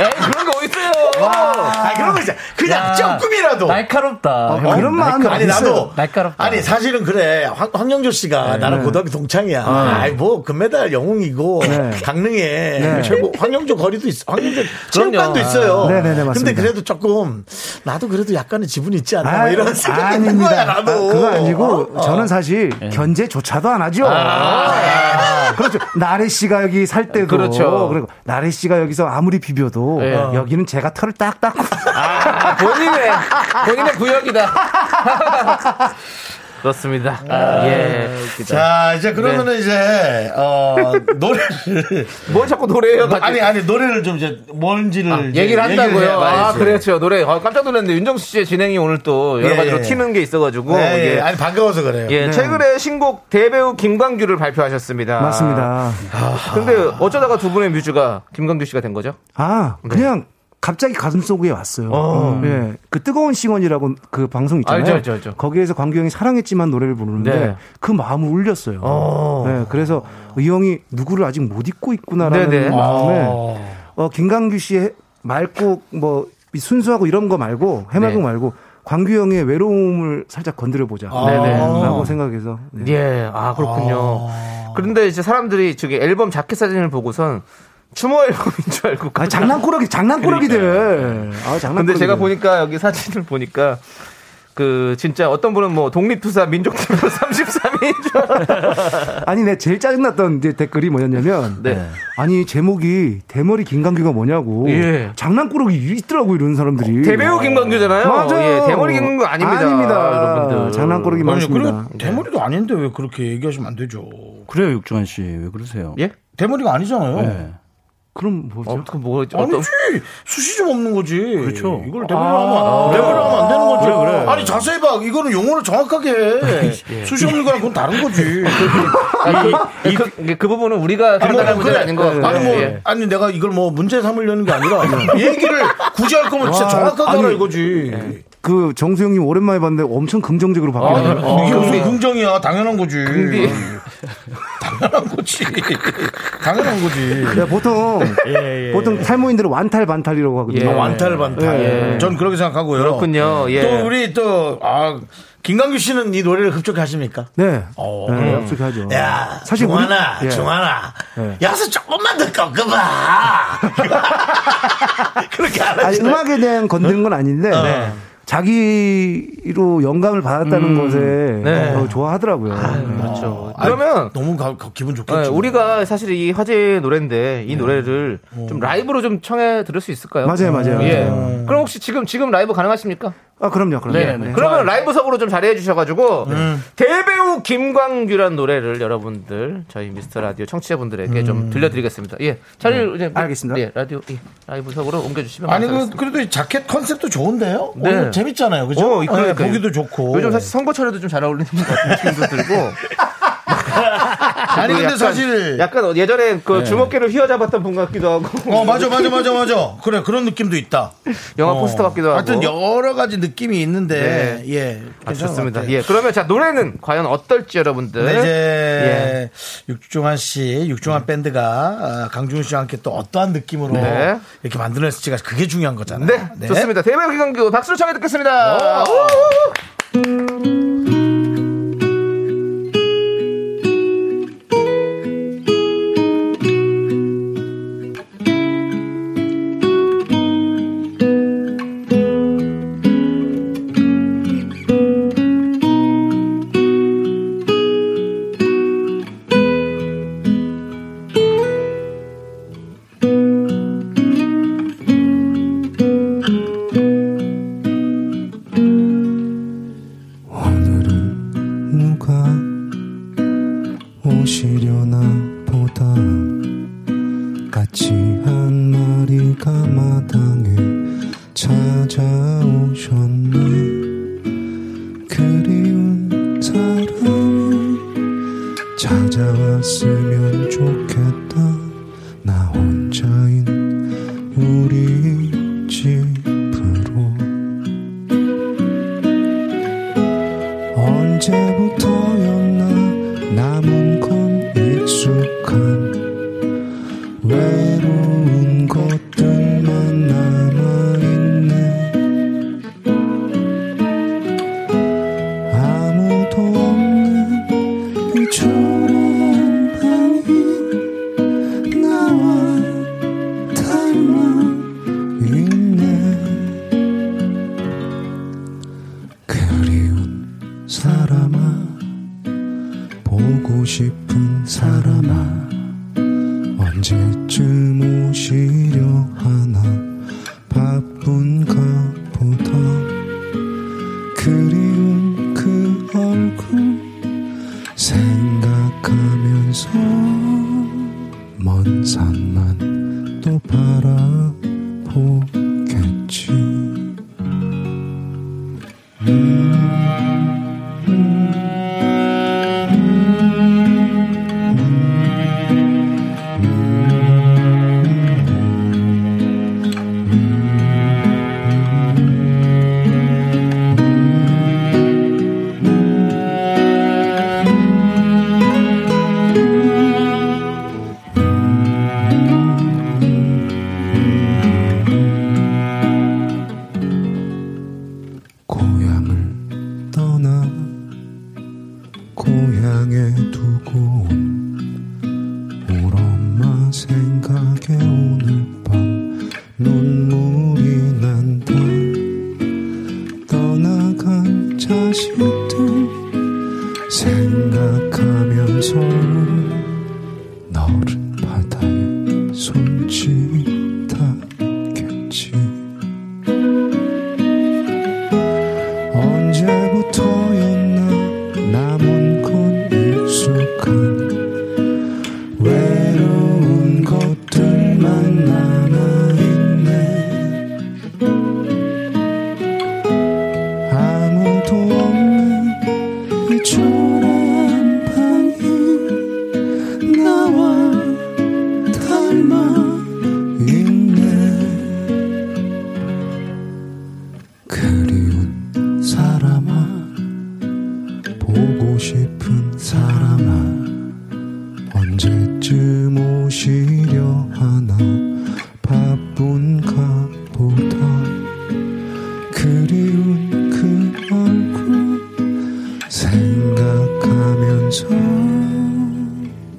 S2: 에이, 그런 거 어딨어요!
S1: 아, 그런 거 있어. 그냥 조금이라도.
S7: 날카롭다.
S6: 어, 그런 마음이
S1: 아, 아니 나도
S7: 날카롭다.
S1: 아니 사실은 그래 황, 황영조 씨가
S6: 네.
S1: 나랑 고등학교 동창이야.
S6: 어.
S1: 아이 뭐 금메달 영웅이고
S6: 네.
S1: 강릉에 최고 황영조 거리도 있어. 황영조 체육관도 있어요.
S6: 네, 네, 네,
S1: 근데
S6: 맞습니다.
S1: 그래도 조금 나도 그래도 약간의 지분이 있지 않나 뭐
S6: 아유,
S1: 이런 생각이 있는 거야 나도.
S6: 아, 그거 아니고
S1: 어? 어.
S6: 저는 사실 견제조차도 안 하죠.
S1: 아.
S6: 그렇죠. 나래 씨가 여기 살 때도
S2: 그렇죠.
S6: 리고 나래 씨가 여기서 아무리 비벼도
S2: 예.
S6: 여기는 제가 털을 딱 닦고
S2: 아, 본인의, 본인의 구역이다. [laughs] 그렇습니다. 예.
S1: 자 이제 그러면은
S6: 네.
S1: 이제 어, 노래를
S2: 뭘 자꾸 노래해요?
S1: [laughs] 아니 아니 노래를 좀 이제 뭔지를 이제
S2: 뭐, 얘기를 한다고요. 아,
S1: 해봐야지.
S2: 그렇죠. 노래. 아, 깜짝 놀랐는데 윤정수 씨의 진행이 오늘 또 여러
S1: 예,
S2: 가지로
S1: 예.
S2: 튀는 게 있어가지고.
S1: 네,
S2: 예.
S1: 예. 아니 반가워서 그래요.
S6: 네.
S2: 예, 최근에 신곡 대배우 김광규를 발표하셨습니다.
S6: 맞습니다.
S2: 근데 어쩌다가 두 분의 뮤즈가 김광규 씨가 된 거죠?
S6: 아
S2: 네.
S6: 그냥 갑자기 가슴 속에 왔어요. 음, 예, 그 뜨거운 싱원이라고 그 방송 있잖아요.
S2: 알죠, 알죠, 알죠.
S6: 거기에서 광규 형이 사랑했지만 노래를 부르는데
S2: 네.
S6: 그 마음을 울렸어요. 예, 그래서 이 형이 누구를 아직 못 잊고 있구나라는
S2: 네네. 아.
S6: 마음에 어, 김강규 씨의 맑고 뭐이 순수하고 이런 거 말고 해맑고
S2: 네.
S6: 말고 광규 형의 외로움을 살짝 건드려 보자.
S2: 아.
S6: 라고 생각해서 네.
S2: 예, 아, 그렇군요. 그런데 이제 사람들이 저기 앨범 자켓 사진을 보고선 추모 앨범인 줄 알고.
S6: 아, 장난꾸러기 장난꾸러기들. 아, 장난꾸러기.
S2: 근데 제가 보니까 여기 사진을 보니까 그 진짜 어떤 분은 뭐 독립투사 민족투사 [laughs] 33인 줄 알았다.
S8: 아니 내 제일 짜증났던 이제 댓글이 뭐였냐면
S2: [laughs] 네.
S8: 아니 제목이 대머리 김강규가 뭐냐고
S2: 예.
S8: 장난꾸러기 있더라고 이런 사람들이
S2: 대배우 김광규잖아요.
S8: 맞아요
S2: 예, 대머리 김광규 아닙니다.
S8: 아닙니다.
S2: 여러분들.
S8: 장난꾸러기
S1: 아니,
S8: 맞습니다
S1: 네, 그리고 대머리도 아닌데 왜 그렇게 얘기하시면 안 되죠.
S9: 네. 그래요, 육중환 씨. 왜 그러세요?
S2: 예?
S1: 대머리가 아니잖아요.
S9: 네.
S8: 그럼 뭐죠
S2: 어떻게 뭐 어떤
S1: 아니지 수시 좀 없는 거지.
S9: 그렇죠.
S1: 이걸 대머리로 하면 대머리로 하면 안 되는 거죠. 아니 자세히 봐. 이거는 용어를 정확하게
S9: [laughs]
S1: 해.
S9: 예.
S1: 수시 없는 거랑 그건 다른 거지.
S2: 이, 그, 그, 그 부분은 우리가
S1: 아니, 뭐,
S2: 판단할 문제는
S1: 그래.
S2: 아닌 것 같고.
S1: 아니 뭐
S2: 예.
S1: 아니 내가 이걸 뭐 문제 삼으려는
S9: [laughs]
S1: 게 아니라 얘기를 굳이 할 거면
S9: 아,
S1: 진짜 정확하게 하라 이거지.
S9: 예.
S8: 그 정수영님 오랜만에 봤는데 엄청 긍정적으로
S2: 뭐
S8: 바뀌네요
S1: 어, 이게
S9: 어.
S1: 무슨 긍정이야? 당연한 거지. [laughs] 당연한 거지. [laughs] 당연한 거지.
S2: 아,
S8: 야, 네,
S2: [laughs]
S8: 보통 보통 탈모인들은 완탈 반탈이라고 하거든요
S2: 예.
S1: 완탈 반탈.
S2: 예.
S1: 전 그렇게 생각하고요.
S2: 그렇군요. 예.
S1: 또 우리 또 아, 김강규 씨는 이 노래를 흡족하십니까?
S8: 네,
S1: 어,
S8: 네
S1: 음.
S8: 약속하죠
S1: 야,
S8: 사실 우리-
S1: 중환아,
S8: 예.
S1: 중환아,
S8: 예.
S1: 야수 조금만 더 꺾어봐. [laughs] 그렇게 안
S8: 아니,
S1: 하지.
S8: 음악에 대한 건드는 건 아닌데
S1: 네.
S8: 자기로 영감을 받았다는 것에
S2: 네.
S8: 어, 좋아하더라고요.
S6: 네.
S2: 그렇죠. 그러면
S1: 너무 가- 가- 기분 좋겠죠.
S2: 예,
S8: 그렇죠.
S2: 우리가 사실 이 화제의 노래인데 이 노래를 좀 라이브로 좀 청해 들을 수 있을까요?
S8: 네. 어. 맞아요, 맞아요.
S2: 예.
S8: 맞아요.
S2: 그럼 혹시 지금 지금 라이브 가능하십니까?
S8: 아 그럼요, 그럼요. 네.
S2: 예.
S6: 네.
S2: 그러면 라이브석으로 좀 자리해 주셔가지고 대배우 김광규란 노래를 여러분들 저희 미스터 라디오 청취자분들에게 좀 들려드리겠습니다. 예, 자리를 이제
S8: 음. 네. 알겠습니다.
S2: 예, 라디오 예, 라이브석으로 옮겨주시면
S1: 아니 그
S2: 감사하겠습니다.
S1: 그래도 이 자켓 컨셉도 좋은데요?
S2: 네.
S1: 오늘 재밌잖아요, 그죠?
S2: 어,
S1: 네,
S2: 그러니까요.
S1: 보기도 좋고.
S2: 요즘 사실 선거철에도 좀 잘 어울리는 것 같은 느낌도 들고
S1: [laughs] 아니 근데
S2: 그 약간-
S1: 사실
S2: 약간 어, 예전에
S8: 네.
S2: 그 주먹개를 휘어잡았던 분 같기도 하고
S1: 어 맞아 맞아 맞아 맞아 그래 그런 느낌도 있다.
S2: 영화
S1: 어.
S2: 포스터 같기도 하고
S1: 하여튼 여러 가지 느낌이 있는데
S2: 네.
S1: 예
S2: 아,
S1: 괜찮은 것
S2: 좋습니다.
S1: 같아요.
S2: 예, 그러면 자 노래는 과연 어떨지 여러분들
S1: 네,
S2: 예.
S1: 이제 육중환 씨, 육중환 밴드가 아, 강준호 씨와 함께 또 어떠한 느낌으로
S2: 네.
S1: 이렇게 만들어냈을지가 그게 중요한 거잖아요.
S2: 네, 좋습니다. 대배우 김광규 박수로 청해 듣겠습니다.
S8: 누가 오시려나 보다 같이 한 마리가 마당에 찾아오셨나 그리운 사람이 찾아왔으면 좋겠다 나 혼자인 우리 집으로 언제부터였나 남은 건 익숙한 외로운 것들만 남아있네 아무도 없는 이 초라한 방이 나와 닮아 있네 그리운 사람아 보고 싶은 사람아 언제쯤 오시려 하나 바쁜가 보다 그리운 그 얼굴 생각하면서 먼 산만 또 바라보겠지 고향을 떠나 고향에 두고 온 우리 엄마 생각에 오늘 밤 눈물이 난다 떠나간 생각하면서 너른 바다에 손짓하겠지 언제부터였나 남은 건 익숙한 외로운 것들만 남아있네 아무도 없는 이 초라한 방이 나와 닮아 있네 그리운 사람아 보고 싶은 사람아 언제쯤 오시려 하나 바쁜가 보다 그리운 그 얼굴 생각하면서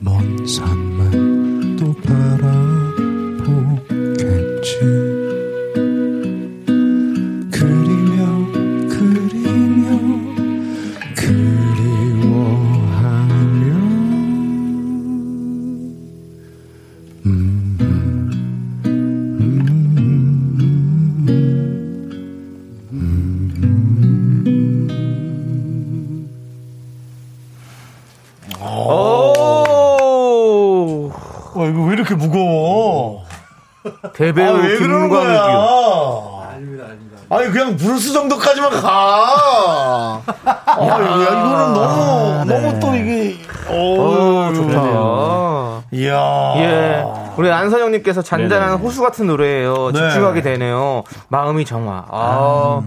S8: 먼 산만 또 바라보겠지 그리며 그리며 그리워하며 음, 음, 음, 음.
S2: 오!
S1: 어, 이거 왜 이렇게 무거워?
S2: 대배우
S1: 아, 왜 그러는 거야?
S2: 김광규.
S1: 아니 그냥 브루스 정도까지만 가. 아, 야, 이거는 너무
S2: 아, 네.
S1: 너무 또 이게 오 좋다.
S2: 아.
S1: 이야.
S2: 예. 우리 안선영님께서 잔잔한 호수 같은 노래예요.
S1: 네. 음.
S2: 집중하게 되네요. 마음이 정화. 아.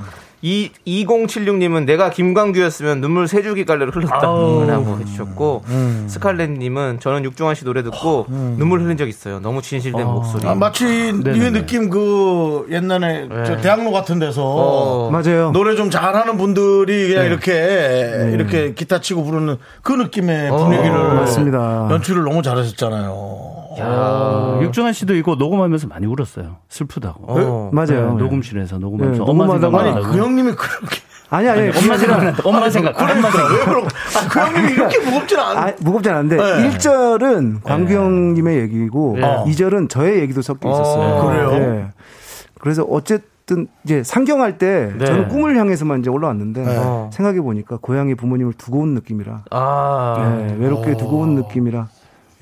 S2: 이 2076님은 내가 김광규였으면 눈물 세 줄기 갈래로 흘렀다라고 해주셨고
S1: 음.
S2: 스칼렛님은 저는 육중환 씨 노래 듣고 눈물 흘린 적 있어요. 너무 진실된 목소리.
S1: 아, 마치
S2: 네,
S1: 이 느낌 그 옛날에 저 대학로 같은 데서
S2: 어.
S6: 맞아요.
S1: 노래 좀 잘하는 분들이 그냥 이렇게 이렇게 기타 치고 부르는 그 느낌의 분위기를
S6: 맞습니다.
S1: 연출을 너무 잘하셨잖아요.
S6: 어.
S7: 육종환 씨도 이거 녹음하면서 많이 울었어요. 슬프다고.
S2: 어.
S6: 맞아요.
S7: 녹음실에서 녹음하면서
S6: 네,
S7: 엄마
S6: 녹음하다가-
S7: 생각나고.
S1: 아니 그 형님이 그렇게 [laughs]
S6: 아니 아니
S7: 엄마
S6: 그게 아니라-
S7: 생각 네. 엄마 생각 엄마
S1: 그러니까
S7: 생각
S1: 왜 그런? 아그 형님이 이렇게 무겁진 않.
S6: 아, 무겁진 않은데
S1: 네.
S6: 1절은 광규형님의 얘기고
S2: 네.
S6: 2절은 저의 얘기도 섞여 있었어요.
S2: 어,
S1: 그래요?
S6: 예. 그래서 어쨌든 이제 상경할 때
S2: 네.
S6: 저는 꿈을 향해서만 이제 올라왔는데
S2: 네.
S6: 생각해 보니까 고향에 부모님을 두고 온 느낌이라
S2: 아.
S6: 예, 외롭게 두고 온 느낌이라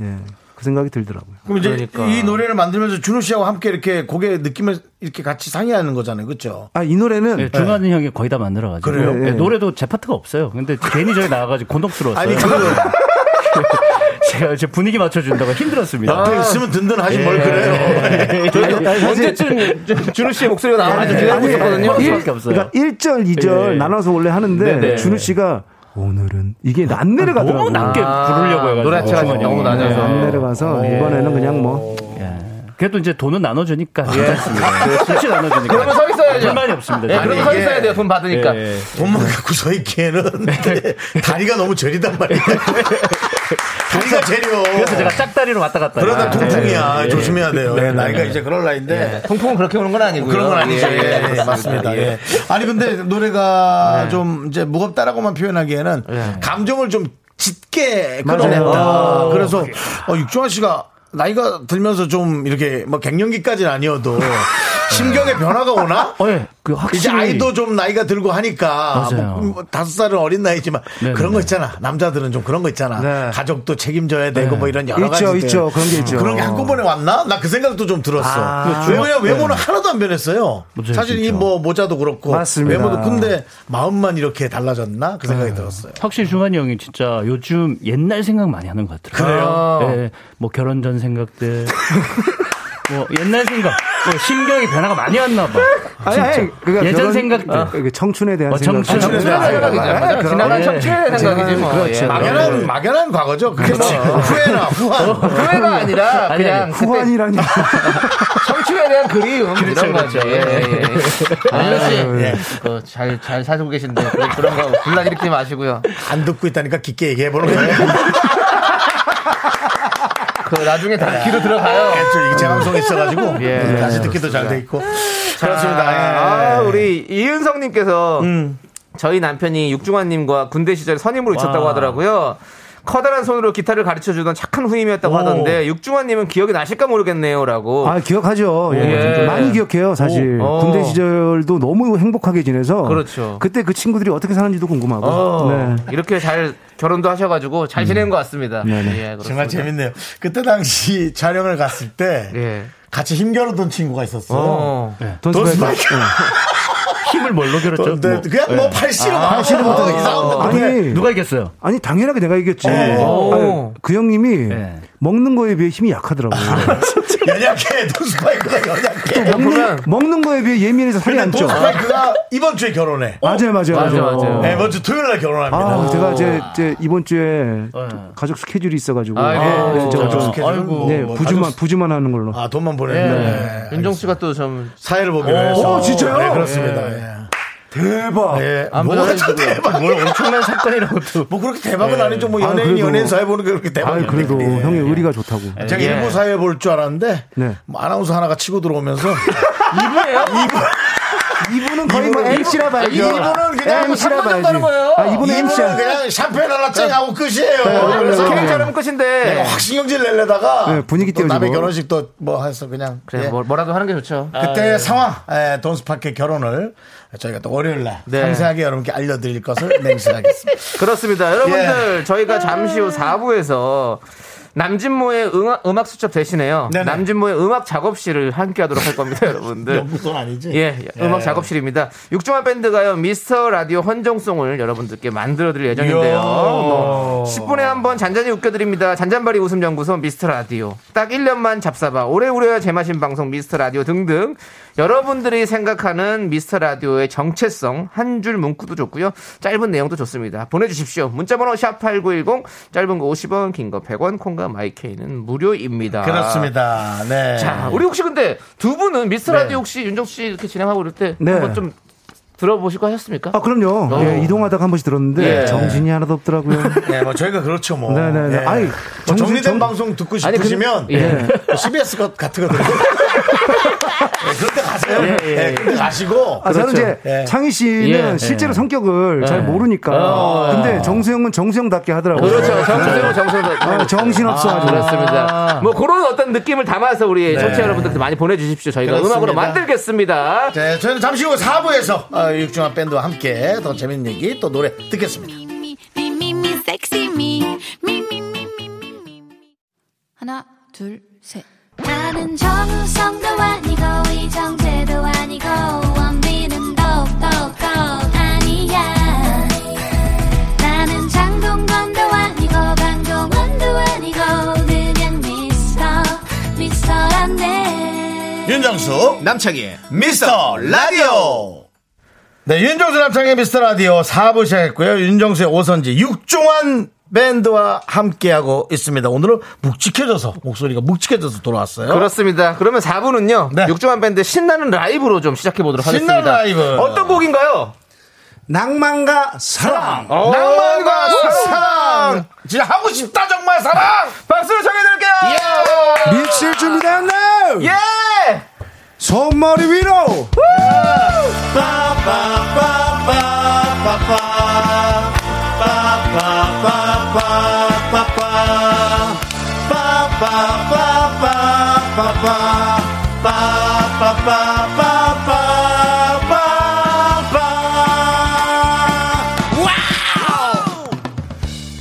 S6: 예, 그 생각이 들더라고요.
S1: 그럼 이제
S2: 그러니까.
S1: 이 노래를 만들면서 준호 씨하고 함께 이렇게 곡의 느낌을 이렇게 같이 상의하는 거잖아요, 그렇죠?
S6: 아 이 노래는
S7: 네, 중환 형이 거의 다 만들어가지고
S1: 그래요?
S7: 네, 노래도 제 파트가 없어요. 근데 괜히 저기 나와가지고 곤혹스러웠어요.
S1: 아니 그
S7: [laughs] 제가 제 분위기 맞춰준다고 힘들었습니다.
S1: 옆에 있으면 든든하지 뭘 그래요?
S2: 언제쯤 준우 씨의 목소리가 나오는지 기대하고 있었거든요.
S7: 수밖에 없어요.
S6: 그러니까 1절, 2절
S7: 예.
S6: 나눠서 원래 하는데
S7: 네네.
S6: 준우 씨가 오늘은 이게 안
S7: 너무
S6: 내려가더라고요.
S7: 낮게
S2: 아,
S7: 부르려고 해가지고
S2: 노래 자체가
S7: 중환이
S2: 너무
S7: 형이.
S2: 낮아서.
S7: 네.
S6: 안 내려가서 이번에는 그냥 뭐
S7: 그래도 이제 돈은 나눠주니까 괜찮습니다. 수치 나눠주니까.
S2: 그러면 서 있어야죠.
S7: 불만이 없습니다.
S2: 예,
S7: 저는.
S2: 그러면
S1: 아니,
S2: 서
S1: 이게-
S2: 있어야 돼요. 돈 받으니까.
S7: 예, 예.
S1: 돈만 갖고 서
S7: [laughs]
S1: 있기에는
S7: 네.
S1: 다리가 너무 저리단 말이야. 다리가 저려.
S7: 그래서 제가 짝다리로 왔다 갔다.
S1: 그러다
S7: 해요.
S1: 통풍이야.
S7: 네, 네.
S1: 조심해야 돼요. 예, 나이가 이제 그럴 나이인데.
S2: 통풍은 그렇게 오는 건 아니고요.
S1: 그런 건 아니죠.
S2: 예,
S1: 예, 예, 맞습니다. 예. 아니 근데 노래가
S7: 네.
S1: 좀 이제 무겁다라고만 표현하기에는 감정을 좀 짙게 끌어냈다.
S7: 아,
S1: 그래서 어, 육종환 씨가 나이가 들면서 좀 이렇게 뭐 갱년기까지는 아니어도
S7: [laughs]
S1: 심경의 변화가 오나?
S7: 어, 예. 그 확실히
S1: 이제 아이도 좀 나이가 들고 하니까
S7: 맞아요.
S1: 뭐, 뭐 다섯 살은 어린 나이지만
S7: 네네.
S1: 그런 거 있잖아 남자들은 좀 그런 거 있잖아
S6: 네.
S1: 가족도 책임져야 되고 뭐 이런 여러 가지
S6: 있죠, 있죠. 그런 게 있죠.
S1: 그런 게 한꺼번에 왔나? 나 그 생각도 좀 들었어.
S6: 아.
S1: 왜냐면 외모는 하나도 안 변했어요.
S7: 맞아요,
S1: 사실
S7: 진짜.
S1: 이 뭐 모자도 그렇고
S6: 맞습니다.
S1: 외모도 근데 마음만 이렇게 달라졌나? 그 생각이 들었어요.
S7: 확실히 중환이 형이 진짜 요즘 옛날 생각 많이 하는 것 같더라고요. 그래요? 네, 뭐 결혼 전 생각들. 뭐 옛날 생각. 뭐 심경의 변화가 많이 왔나 봐.
S6: 아니, 아니, 그러니까
S7: 예전
S6: 결혼-
S7: 생각들.
S6: 어, 그 청춘에 대한
S7: 어,
S6: 생각.
S7: 청춘. 청춘에
S1: 대한 생각이죠.
S7: 예,
S2: 맞아. 아, 지나간 청춘의 생각이지 뭐. 예.
S1: 막연한 막연한 과거죠. 그게 그렇죠. 후회나 후한.
S2: 후회가 아, 아니라
S7: 아니,
S2: 그냥
S7: 아니,
S2: 그때
S6: 후환이라니.
S2: 청춘에 대한 그리움 이런 거죠. 예, 예, 예. 알러 씨잘잘 살고 계신데 그- 그런 거 분란 일으키지 마시고요.
S1: 안 듣고 있다니까 깊게 얘기해 보는 거예요.
S2: 그 나중에 다
S1: [laughs]
S2: 귀로 들어가요.
S1: 저 이게 제 방송에 있어가지고
S2: 예.
S1: 다시 듣기도 잘 돼 있고
S2: 자,
S1: 그렇습니다. 예.
S2: 아, 우리 이은성님께서 아, 저희 남편이 육중환님과 군대 시절 선임으로 있었다고 하더라고요. 커다란 손으로 기타를 가르쳐 주던 착한 후임이었다고 하던데 육중환님은 기억이 나실까 모르겠네요라고.
S6: 아 기억하죠. 예.
S2: 예.
S6: 많이 기억해요. 사실
S2: 오. 어.
S6: 군대 시절도 너무 행복하게 지내서
S2: 그렇죠.
S6: 그때 그 친구들이 어떻게 사는지도 궁금하고.
S2: 어,
S6: 네.
S2: 이렇게 잘 결혼도 하셔가지고 잘 지낸 것 같습니다.
S6: 네네.
S2: 예, 그렇습니다.
S1: 정말 재밌네요. 그때 당시 촬영을 갔을 때
S2: 예.
S1: 같이 힘겨루던 친구가 있었어.
S2: 어.
S6: 돈
S1: 돈 스파이크.
S6: 스파이크.
S7: 힘을 뭘로 결었죠?
S1: 근데
S7: 뭐.
S1: 그냥 뭐 팔씨름
S6: 팔씨름
S1: 하고
S6: 하고
S1: 이상한
S6: 아니
S1: 건데.
S7: 누가 이겼어요?
S6: 아니 당연하게 내가 이겼지.
S2: 오.
S6: 아니, 그 형님이
S7: 예.
S6: 먹는 거에 비해 힘이 약하더라고요. 네.
S1: 연약해. 돈 스파이크가 연약해.
S6: 먹는,
S2: 그러면-
S6: 먹는 거에 비해 예민해서 살이
S1: 근데
S6: 안
S1: 돈
S6: 쪄.
S1: 스파이크가 이번 주에 결혼해.
S6: 맞아요, 맞아요,
S2: 맞아요,
S6: 맞아요.
S2: 맞아요.
S1: 네, 이번 주 토요일 날 결혼합니다.
S6: 아, 제가 이제, 이제 이번 주에
S7: 어.
S6: 좀 가족 스케줄이 있어가지고
S2: 아이고,
S6: 네,
S2: 진짜
S6: 제가
S2: 가족
S6: 좀
S1: 스케줄은 뭐
S6: 네,
S1: 가족
S6: 부주만
S1: 스-
S6: 부주만 하는 걸로.
S1: 아, 돈만 네,
S2: 예.
S1: 보냈는데.
S2: 윤정 씨가 또 좀
S1: 사회를 보기로 해서. 진짜요? 네, 그렇습니다. 예.
S6: 대박.
S1: 예.
S7: 아,
S2: 안
S1: 뭐가 저
S2: 보내가지고.
S1: 대박.
S7: 뭘 엄청난 사건이라고 또.
S1: 뭐 그렇게 대박은 아니죠. 뭐 연예인이
S6: 아, 그래도-
S1: 연예인 사회 보는 게 그렇게 대박이
S6: 아니 그래도
S1: 네.
S6: 형의 의리가 좋다고.
S1: 제가
S2: 예.
S1: 일부 사회 볼 줄 알았는데
S6: 네.
S1: 뭐 아나운서 하나가 치고 [laughs] 들어오면서
S2: 이분이에요?
S6: 이분은 거의 뭐
S1: 이분은-
S6: MC라 봐야죠.
S1: 아, 예, 이분은 그냥
S6: MC
S1: 3만
S6: 라
S1: 원
S6: 봐야지.
S1: 떠는 거예요.
S6: 아, 이분은
S1: 이분은
S6: MC야.
S1: 그냥 샴페인 하나 쨍 하고 끝이에요. 네. 그래서 네.
S2: 캐릭
S1: 그냥
S2: 잘하면 끝인데.
S1: 내가 확 신경질 내려다가
S6: 네, 분위기
S1: 또 남의
S6: 띄워주고.
S1: 결혼식 또뭐 해서 그냥
S2: 그래
S1: 예.
S2: 뭐, 뭐라도 하는 게 좋죠.
S1: 그때 상황 예, 돈스파크의 결혼을 저희가 또 월요일날
S2: 네.
S1: 상세하게 여러분께 알려드릴 것을 맹신하겠습니다.
S2: 그렇습니다.
S1: 예.
S2: 여러분들 저희가 잠시 후 4부에서 남진모의 음악, 음악 수첩 대신에요.
S1: 네네.
S2: 남진모의 음악 작업실을 함께 하도록 할 겁니다, 여러분들.
S1: [laughs] 영국돈 아니지?
S2: 예, 음악 작업실입니다. 육중한 밴드가요, 미스터 라디오 헌정송을 여러분들께 만들어드릴 예정인데요.
S1: 이야.
S2: 뭐 10분에 한 번 잔잔히 웃겨드립니다. 잔잔바리 웃음연구소 미스터 라디오. 딱 1년만 잡사봐. 오래 우려야 제맛인 방송 미스터 라디오 등등. 여러분들이 생각하는 미스터 라디오의 정체성, 한 줄 문구도 좋고요. 짧은 내용도 좋습니다. 보내주십시오. 문자번호 샵8910, 짧은 거 50원, 긴 거 100원, 콩과 마이케이는 무료입니다.
S1: 그렇습니다. 네.
S2: 자, 우리 혹시 근데 두 분은 미스 라디오 혹시 윤정수 씨 이렇게 진행하고 그럴 때
S6: 네.
S2: 한번 좀 들어보시고 하셨습니까?
S6: 아 그럼요.
S2: 어.
S6: 예, 이동하다가 한 번씩 들었는데
S2: 예.
S6: 정신이 하나도 없더라고요.
S1: 네, 뭐 저희가 그렇죠 뭐.
S6: 네네네.
S1: 예.
S6: 아이,
S1: 뭐
S6: 정신-
S1: 정리된
S6: 정-
S1: 방송 듣고
S2: 아니, 근데-
S1: 싶으시면
S2: 예.
S1: 뭐 CBS 것 같은 거 들으세요. 예, 그때 가세요. 예, 그때 가시고.
S6: 아, 저는 이제
S1: 예.
S6: 창희 씨는
S2: 예.
S6: 실제로 성격을 잘 모르니까.
S2: 어.
S6: 근데 정수영은 정수영답게 하더라고요.
S2: 그렇죠. 정수생은 정수생.
S6: 아, 정신없어
S2: 아,
S6: 아주.
S2: 그렇습니다. 뭐 그런 어떤 느낌을 담아서 우리 청취자 여러분들 많이 보내주십시오. 저희가
S1: 그렇습니다.
S2: 음악으로 만들겠습니다.
S1: 네, 저희는 잠시 후 4부에서 어, 육중한 밴드와 함께 더 재밌는 얘기 또 노래 듣겠습니다.
S4: me, me, me, me, sexy me. Me, me, me, me, me, me, me. 하나, 둘, 셋.
S5: 나는 정우성도 아니고 이정재도 아니고 원빈은 더욱더 아니야 나는 장동건도 아니고 강동원도 아니고 그냥 미스터 미스터란데
S1: 윤정수 남창희의 미스터 라디오 네 윤정수 남창희의 미스터 라디오 4부 시작했고요 윤정수의 오선지 육종환 밴드와 함께하고 있습니다 오늘은 묵직해져서 목소리가 묵직해져서 돌아왔어요
S2: 그렇습니다. 그러면 4분은요.
S1: 네.
S2: 육중한 밴드 신나는 라이브로 좀 시작해 보도록 하겠습니다.
S1: 신나는 라이브.
S2: 어떤 곡인가요?
S1: 낭만과 사랑
S6: 아.
S2: 오,
S1: 낭만과
S2: 오,
S1: 사랑 진짜 하고 싶다 정말 사랑
S2: 박수로 정해드릴게요.
S6: 밀칠 준비됐네!
S2: 예. 예.
S6: 손머리 위로!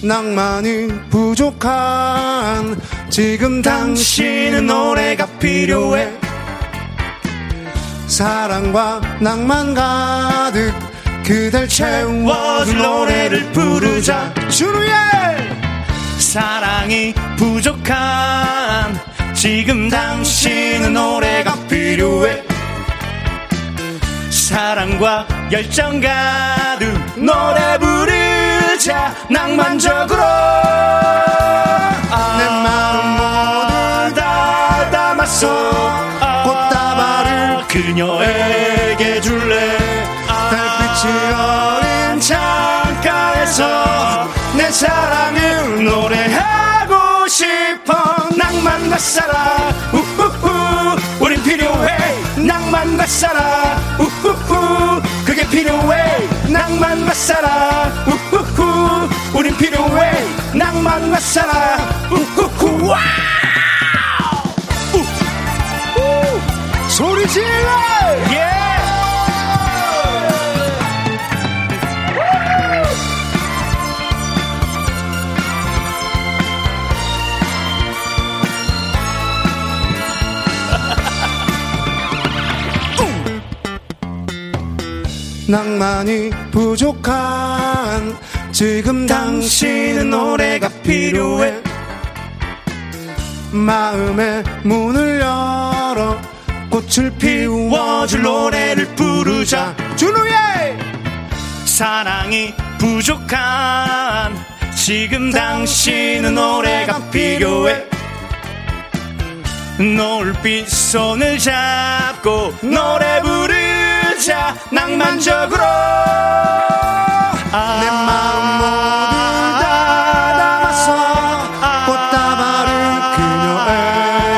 S6: 낭만이 부족한 지금 당신은 노래가 필요해 사랑과 낭만 가득 그댈 채워줄 노래를 부르자 준우의
S8: 사랑이 부족한 지금 당신은 노래가 필요해 사랑과 열정 가득 노래 부르자 낭만적으로 내 마음 모두 다 담았어 꽃다발을 그녀에게 줄래 달빛이 어린 창가에서 내 사랑을 노래하고 싶어 낭만과 사랑 우후후 우린 필요해 낭만과 사랑 우후후 그게 필요해 낭만 낭만과 사랑 우후후 우린 필요해 낭만과 사랑 우후후 와 소리 질러 예 낭만이 부족한 지금 당신은 노래가 필요해 마음의 문을 열어 꽃을 피워줄 노래를 부르자 준우의 사랑이 부족한 지금 당신은 노래가 필요해 노을빛 손을 잡고 노래 부르자 낭만적으로 내 마음 모두 다 담아서 꽃다발을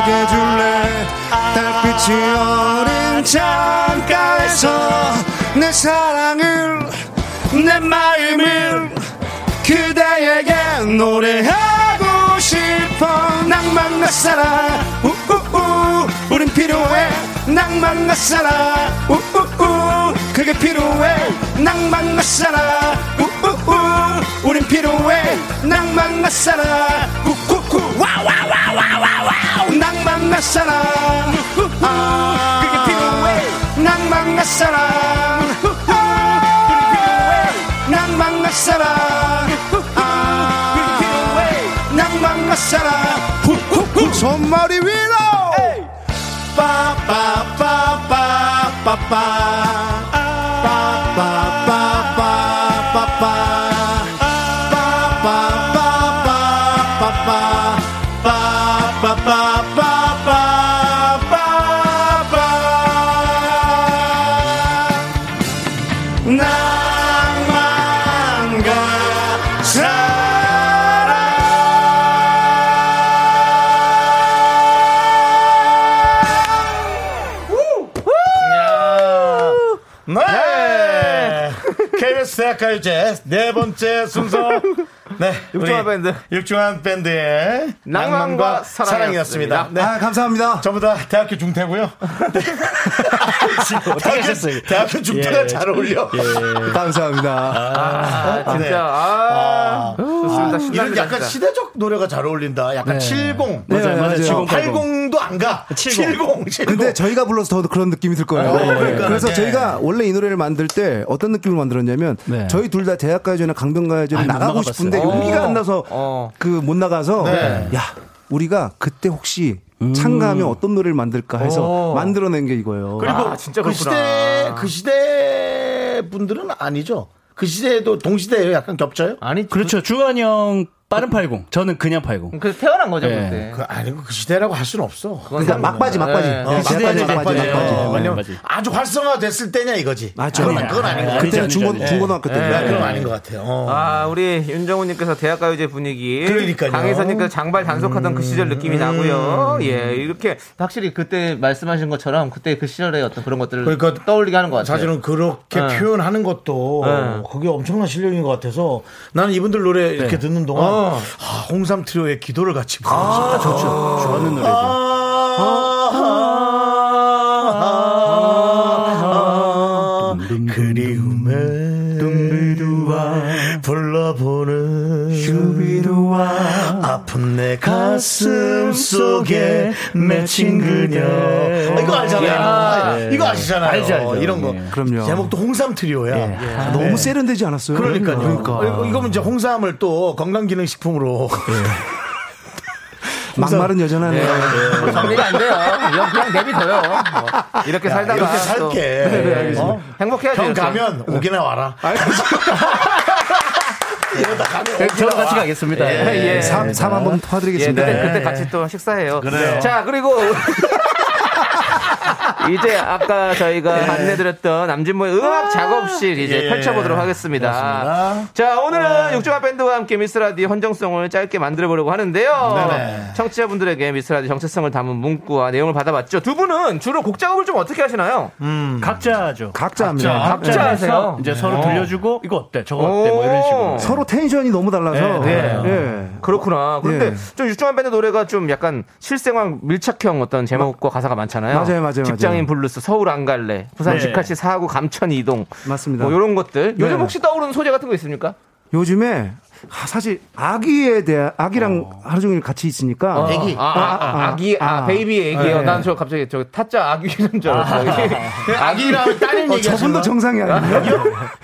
S8: 그녀에게 줄래 달빛이 어린 창가에서 내 사랑을 내 마음을 그대에게 노래하고 싶어 낭만과 사랑 우우우 우린 필요해 낭만과 사랑 우우우 그게 필요해 낭만과 사랑 우우우 우린 필요해 낭만과 사랑 우우우 와와와와와와 낭만과 사랑 아 그게 필요해 낭만과 사랑 우우우 낭만과 사랑 아 낭만과 사랑 후후후 손머리 위로 빠빠빠빠빠빠 빠빠빠빠빠빠 빠빠빠빠빠빠 빠빠빠빠빠빠 낭만과 사랑
S1: 네. KBS 대학가요제 네 번째 순서. 네.
S2: 육중한 밴드.
S1: 육중한 밴드의 낭만과
S2: 낭만과
S1: 사랑이었습니다.
S2: 사랑이었습니다.
S1: 네.
S6: 아, 감사합니다.
S1: 전부 다 대학교 중퇴고요. [laughs]
S7: 어떻게 하셨어요?
S1: 대학교, 대학교 중퇴가
S7: 예.
S1: 잘 어울려.
S6: 감사합니다.
S2: 아, 진짜.
S1: 네.
S2: 아, 좋습니다.
S1: 이런
S2: 신납니다.
S1: 약간
S2: 진짜.
S1: 시대적 노래가 잘 어울린다. 약간 70.
S6: 네,
S7: 맞아요, 맞아요.
S6: 맞아요.
S7: 70, 80.
S1: 80도 안 가. 70. 70.
S6: 근데 저희가 불러서 더 그런 느낌이 들 거예요.
S1: 네, 그러니까요.
S6: 그래서
S1: 네.
S6: 저희가 원래 이 노래를 만들 때 어떤 느낌으로 만들었냐면
S7: 네.
S6: 저희 둘 다 대학가요제나 강변가요제를
S7: 아니, 못
S6: 나가고
S7: 나가봤어요.
S6: 싶은데
S7: 어.
S6: 용기가 안 나서
S2: 어.
S6: 그 못 나가서
S1: 네.
S6: 야 우리가 그때 혹시 참가하면 어떤 노래를 만들까 해서
S2: 어.
S6: 만들어낸 게 이거예요.
S1: 그리고
S2: 아, 진짜
S1: 그
S2: 그렇구나.
S1: 시대 그 시대 분들은 아니죠. 그 시대에도 동시대예요. 약간 겹쳐요?
S2: 아니,
S7: 그렇죠. 주한 형 빠른 80. 저는 그냥 80.
S2: 그 태어난 거죠,
S7: 예.
S2: 그때.
S1: 그 아니고 그 시대라고 할 수는 없어.
S6: 그러니까 막바지 막바지
S2: 네.
S1: 어,
S6: 네,
S7: 시대의
S6: 막바지 막바지
S7: 막바지예요.
S6: 막바지.
S7: 네,
S1: 왜냐면
S7: 맞아요.
S1: 아주 활성화 됐을 때냐 이거지.
S6: 맞죠.
S1: 그건, 그건 아닌 것 같아요.
S6: 그때는
S7: 아니죠,
S6: 중고
S7: 아니죠.
S6: 중고등학교 때.
S1: 네, 그건 아닌 것 같아요. 어.
S2: 아, 우리 윤정우님께서 대학가요제 분위기.
S1: 그러니까요. 음.
S2: 강혜선님께서 장발 단속하던 그 시절 느낌이 나고요. 예, 이렇게. 확실히 그때 말씀하신 것처럼 그때 그 시절의 어떤 그런 것들을
S1: 그러니까
S2: 떠올리게 하는 것 같아요.
S1: 사실은 그렇게
S2: 네.
S1: 표현하는 것도
S2: 네.
S1: 그게 엄청난 실력인 것 같아서 나는 이분들 노래 이렇게 듣는 동안
S2: 어.
S1: 아, 홍삼 트리오의 기도를 같이 부르고 싶다.
S7: 좋아하는 노래죠.
S1: 그리움에 둠비두와 불러보는 슈비두와 아픈 내 가슴 속에 맺힌 그녀 어, 이거 알잖아요
S7: 예.
S1: 이거 아시잖아요
S7: 알죠, 알죠.
S1: 이런 거
S7: 예.
S6: 그럼요.
S1: 제목도 홍삼 트리오야 네.
S6: 아, 너무 세련되지 않았어요?
S1: 뭐 그러니까요
S6: 그러니까.
S1: 이거- 이거면 이제 홍삼을 또 건강기능식품으로
S6: 막말은 여전하네요.
S2: 뭐 정리가 안 돼요. 그냥, 그냥 내비둬요. 뭐 이렇게 살다가.
S1: 이렇게
S2: 또 네,
S1: 살게 어?
S2: 행복해야죠.
S1: [laughs] 형
S2: 이렇게.
S1: 가면 오기나 와라 이러다
S2: 네,
S1: 가면
S7: 저랑 같이 가겠습니다.
S2: 예, 예.
S6: 삼 3, 한번
S2: 예,
S6: 도와드리겠습니다.
S2: 그때, 그때 같이 또 식사해요.
S1: 그래요.
S2: 자, 그리고. [laughs] 이제 아까 저희가 안내드렸던 남진모의 음악 작업실 이제
S1: 예.
S2: 펼쳐보도록 하겠습니다.
S1: 그렇습니다.
S2: 자, 오늘은 육중아 밴드와 함께 미스라디 헌정송을 짧게 만들어보려고 하는데요.
S1: 네네.
S2: 청취자분들에게 미스라디 정체성을 담은 문구와 내용을 받아봤죠. 두 분은 주로 곡 작업을 좀 어떻게 하시나요?
S7: 음. 각자죠.
S6: 각자 합니다.
S1: 각자.
S7: 각자
S2: 각자
S7: 해서
S2: 하세요?
S7: 이제
S1: 네.
S7: 서로
S1: 어.
S7: 들려주고 이거 어때? 저거 어때? 뭐 이런
S2: 오.
S7: 식으로.
S6: 서로 텐션이 너무 달라서.
S7: 네,
S6: 예.
S2: 그렇구나. 그런데
S6: 네.
S2: 좀 육중한 밴드 노래가 좀 약간 실생활 밀착형 어떤 제목과 가사가 많잖아요.
S6: 맞아요, 맞아요,
S2: 직장인
S6: 맞아요.
S2: 블루스, 서울 안 갈래, 부산
S7: 네.
S2: 직할시 사하구 감천 이동.
S6: 맞습니다.
S2: 뭐 이런 것들. 요즘
S6: 네.
S2: 혹시 떠오르는 소재 같은 거 있습니까?
S6: 요즘에 아, 사실 아기에 대한 아기랑 하루 종일 같이 있으니까
S2: 아기. 아, 아, 아, 기 아,
S6: 아.
S2: 베이비 애기요.
S6: 네.
S2: 난 저 갑자기 저 타짜 아기 이름 줄 알았어요. [laughs]
S1: 아기랑 딸인
S6: 어,
S1: 얘기 하시는
S6: 저분도
S1: 거야?
S6: 정상이 아니에요.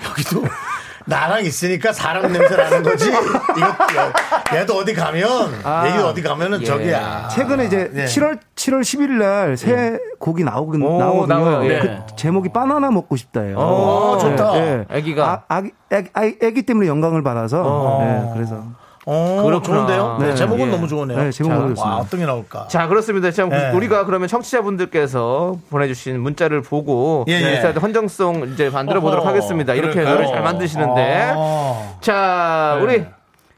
S1: 여기도 [laughs] 나랑 있으니까 사람 냄새 나는 거지. 이거 얘도 어디 가면 얘도 어디 가면은 저기야.
S6: 최근에 이제
S1: 네.
S6: 7월 7월 11일 날 새 곡이 나오긴
S2: 오,
S6: 나오거든요.
S2: 나와요, 예.
S6: 그 제목이 바나나 먹고 싶다예요.
S1: 오, 좋다.
S2: 아기가.
S6: 아, 기 아기, 아기- 아기 때문에 영광을 받아서 네, 그래서
S1: 어,
S2: 그렇구나.
S1: 좋은데요? 네,
S2: 네.
S1: 제목은
S2: 예.
S1: 너무 좋으네요.
S6: 네, 제목
S1: 자,
S6: 모르겠습니다.
S1: 와, 어떤 게 나올까?
S2: 자, 그렇습니다. 참
S1: 네.
S2: 우리가 그러면 청취자분들께서 보내주신 문자를 보고
S1: 예, 예.
S2: 인스타드 헌정송 이제 만들어 보도록
S1: 어허,
S2: 하겠습니다. 이렇게
S1: 그럴까요?
S2: 노래 잘 만드시는데.
S1: 어. 뭐?
S2: 자, 우리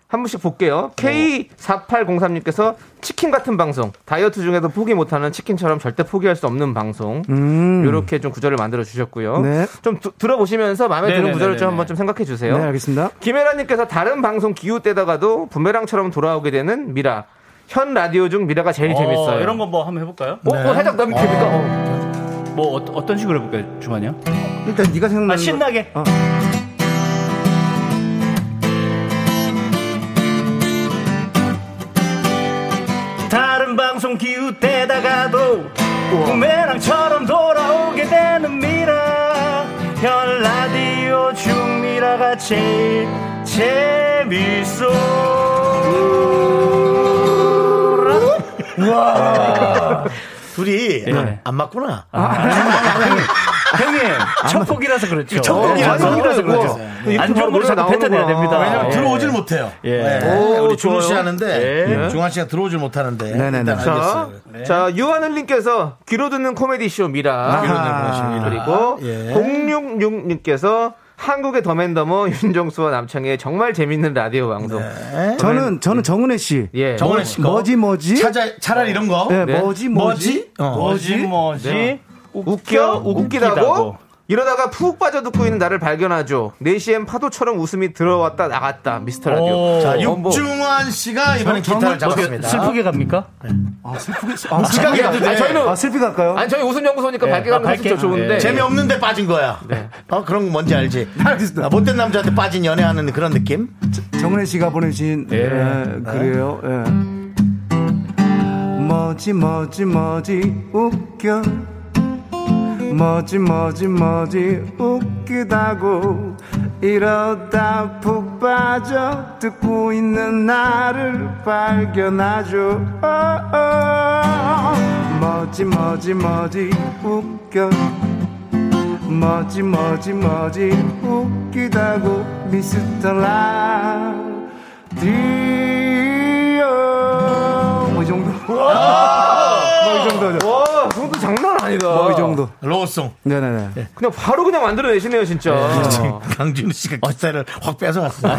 S2: 한 분씩 볼게요. K4803님께서 치킨 같은 방송, 다이어트 중에도 포기 못하는 치킨처럼 절대 포기할 수 없는 방송.
S6: 음.
S2: 이렇게 좀 구절을 만들어 주셨고요.
S6: 네.
S2: 좀 두- 들어보시면서 마음에
S1: 네,
S2: 드는 구절을 좀 한번 좀 생각해 주세요.
S6: 네, 알겠습니다.
S2: 김혜라님께서 다른 방송 기후 때다가도 부메랑처럼 돌아오게 되는 미라. 현 라디오 중 미라가 제일 재밌어요.
S7: 이런 거 뭐 한번 해볼까요?
S2: 어,
S1: 네.
S2: 어, 살짝 너무 재밌다. 어.
S7: 뭐 어, 떤 식으로 해볼까요, 주만이요?
S6: 일단 네가 생각나는
S7: 아 신나게.
S6: 어.
S7: 다른 방송 기웃대다가도 부메랑처럼 돌아오게 되는 미라 현 라디오 중 미라가 제일 재밌어
S1: 둘이
S7: 예.
S1: 안 맞구나.
S7: 형님 첫 곡이라서 그렇죠
S2: 어,
S1: 첫 곡이라서.
S7: 첫 곡이라서 그렇죠
S1: 네.
S7: 안 좋은 걸 자꾸 뱉어내야 됩니다
S2: 왜냐면
S7: 예.
S1: 들어오질 못해요.
S7: 예.
S1: 네, 우리 준호
S2: 좋아요.
S1: 씨 하는데
S7: 예.
S1: 중환 씨가 들어오질 못하는데
S6: 네네네.
S1: 일단
S2: 자,
S1: 알겠어요. 네.
S2: 자 유하늘님께서 귀로 듣는 코미디 쇼 미라.
S1: 귀로 듣는 코미디 쇼 미라.
S2: 그리고
S1: 아, 예.
S2: 066님께서 한국의 더맨더머 윤정수와 남창의 정말 재밌는 라디오 방송.
S1: 네.
S6: 저는 저는 정은혜 씨.
S2: 예.
S1: 정원혜
S7: 네.
S1: 씨 거.
S6: 뭐지 뭐지?
S1: 찾아 차라리 이런 거.
S6: 네,
S2: 네.
S6: 뭐지
S1: 뭐지?
S6: 뭐지?
S1: 어.
S7: 뭐지
S2: 네.
S7: 뭐지
S2: 웃겨 웃기다고 이러다가 푹 빠져 듣고 있는 나를 발견하죠. 4시엔 파도처럼 웃음이 들어왔다 나갔다 미스터 라디오.
S1: 자,
S2: 어, 뭐.
S1: 육중환 씨가 이번에 기타를
S7: 어떻게
S1: 잡았습니다.
S7: 슬프게 갑니까?
S6: 아,
S1: 시각이
S7: 뭐
S1: 안 돼.
S2: 아니, 저희는
S6: 아, 슬피 갈까요?
S2: 아니 저희 웃음 연구소니까 밝게 가면
S7: 아,
S2: 훨씬 더
S7: 밝게.
S2: 좋은데.
S7: 네.
S1: 재미없는데 빠진 거야. 어 그런 거 뭔지 알지?
S6: 알겠습니다.
S1: 아, 못된 남자한테 빠진 연애하는 그런 느낌?
S6: 정은혜 씨가 보내주신 예. 그래요. 예. 뭐지 뭐지 뭐지 웃겨 뭐지 뭐지 뭐지 웃기다고 이러다 푹 빠져 듣고 있는 나를 발견하죠 어, 어. 뭐지 뭐지 뭐지 웃겨 뭐지 뭐지 뭐지 웃기다고 미스터 라디오 뭐이 정도 뭐이 정도죠
S2: 와, 정도 장난 아니다.
S6: 뭐이 정도
S1: 로우송.
S6: 네네네
S2: 그냥 바로 그냥 만들어내시네요, 진짜.
S1: 강준우 씨가 기타를 확 뺏어갔어.
S7: 어.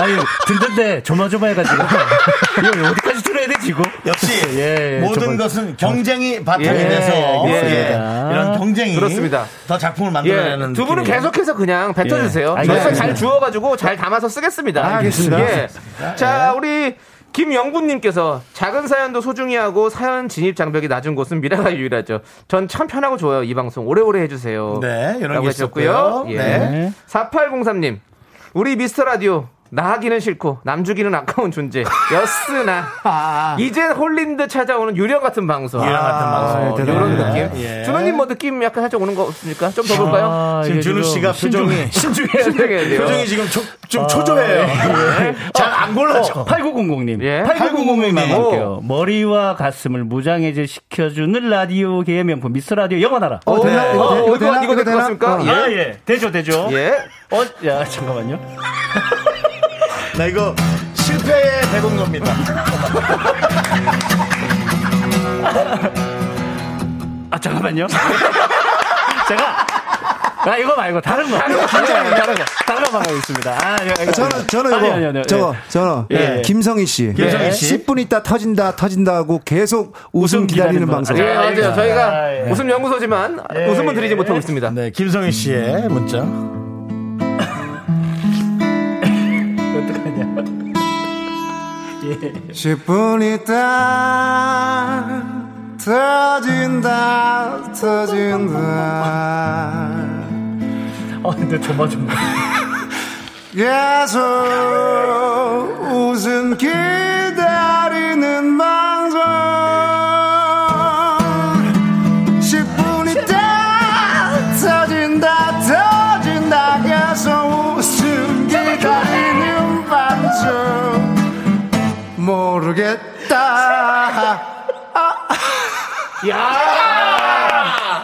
S7: 아니 듣는데 조마조마해가지고 이거 어디까지 들어야 돼 지금?
S1: 역시
S7: 예, 예,
S1: 모든
S7: 저번-
S1: 것은 경쟁이 바탕이
S2: 예,
S1: 돼서
S2: 예,
S1: 예, 이런 경쟁이
S2: 그렇습니다.
S1: 더 작품을
S2: 예,
S1: 만들어내는
S2: 두 분은
S1: 느낌이에요.
S2: 계속해서 그냥 뱉어주세요.
S7: 예,
S2: 저희가
S7: 알겠습니다.
S2: 잘 주워가지고 잘 담아서 쓰겠습니다.
S6: 알겠습니다.
S2: 예. 자, 우리 김영구님께서 작은 사연도 소중히 하고 사연 진입 장벽이 낮은 곳은 미라가 유일하죠. 전 참 편하고 좋아요. 이 방송 오래오래 해주세요.
S1: 네, 이런
S2: 라고
S1: 게 있었고요.
S2: 하셨고요. 예.
S1: 네.
S2: 4803님, 우리 미스터 라디오. 나하기는 싫고 남주기는 아까운 존재 였으나 이젠 홀린 듯 찾아오는 유령 같은 방송 아,
S1: 유령 같은 방송.
S2: 이런
S1: 예,
S2: 느낌
S1: 예.
S2: 준호님 뭐 느낌 약간 살짝 오는 거 없습니까 좀 더 볼까요
S1: 지금 준우 씨가 표정이
S2: [laughs] 신중해야 돼요.
S1: 표정이 지금 초, 좀 초조해요. 네. 잘 안 골라져.
S7: 8900님.
S2: 예.
S7: 8900님만
S2: 오.
S7: 볼게요. 머리와 가슴을 무장해제 시켜주는 라디오 개의 명품 미스 라디오 영원하라.
S2: 어, 되나?
S6: 이거
S2: 어,
S6: 되나?
S2: 이거 이거
S6: 이거 되나? 이거 되나?
S2: 됐습니까?
S6: 어.
S2: 예.
S7: 아, 예. 되죠, 되죠.
S2: 예.
S7: 어, 야, 잠깐만요.
S1: 나 이거 실패의 대동료입니다.
S7: 아, 잠깐. 잠깐만요. 제가 아, 이거 말고 다른 거. 다른 거. 다른 거. 다른 거 하고 있습니다. 아, 예, 이거
S6: 저는 저는
S7: 아니요,
S6: 이거
S7: 아니요, 아니요.
S6: 저거 저거
S7: 예.
S6: 김성희 씨.
S1: 김성희 씨.
S6: 10분 있다 터진다 터진다고 계속 웃음,
S7: 웃음
S6: 기다리는
S7: 기다리는
S6: 방송.
S2: 예, 맞아요.
S7: 알겠습니다.
S2: 저희가
S7: 아, 예.
S2: 웃음 연구소지만 웃음은 드리지 못하고 있습니다.
S1: 네, 김성희 씨의 문자.
S7: 어떡하냐.
S6: 10분 있다 터진다 터진다
S7: 아, 근데 조마조마.
S6: 계속 웃음 기다리는 방송 10분 있다 터진다 터진다 계속 웃음 기다리는 방송 모르겠다
S2: 아,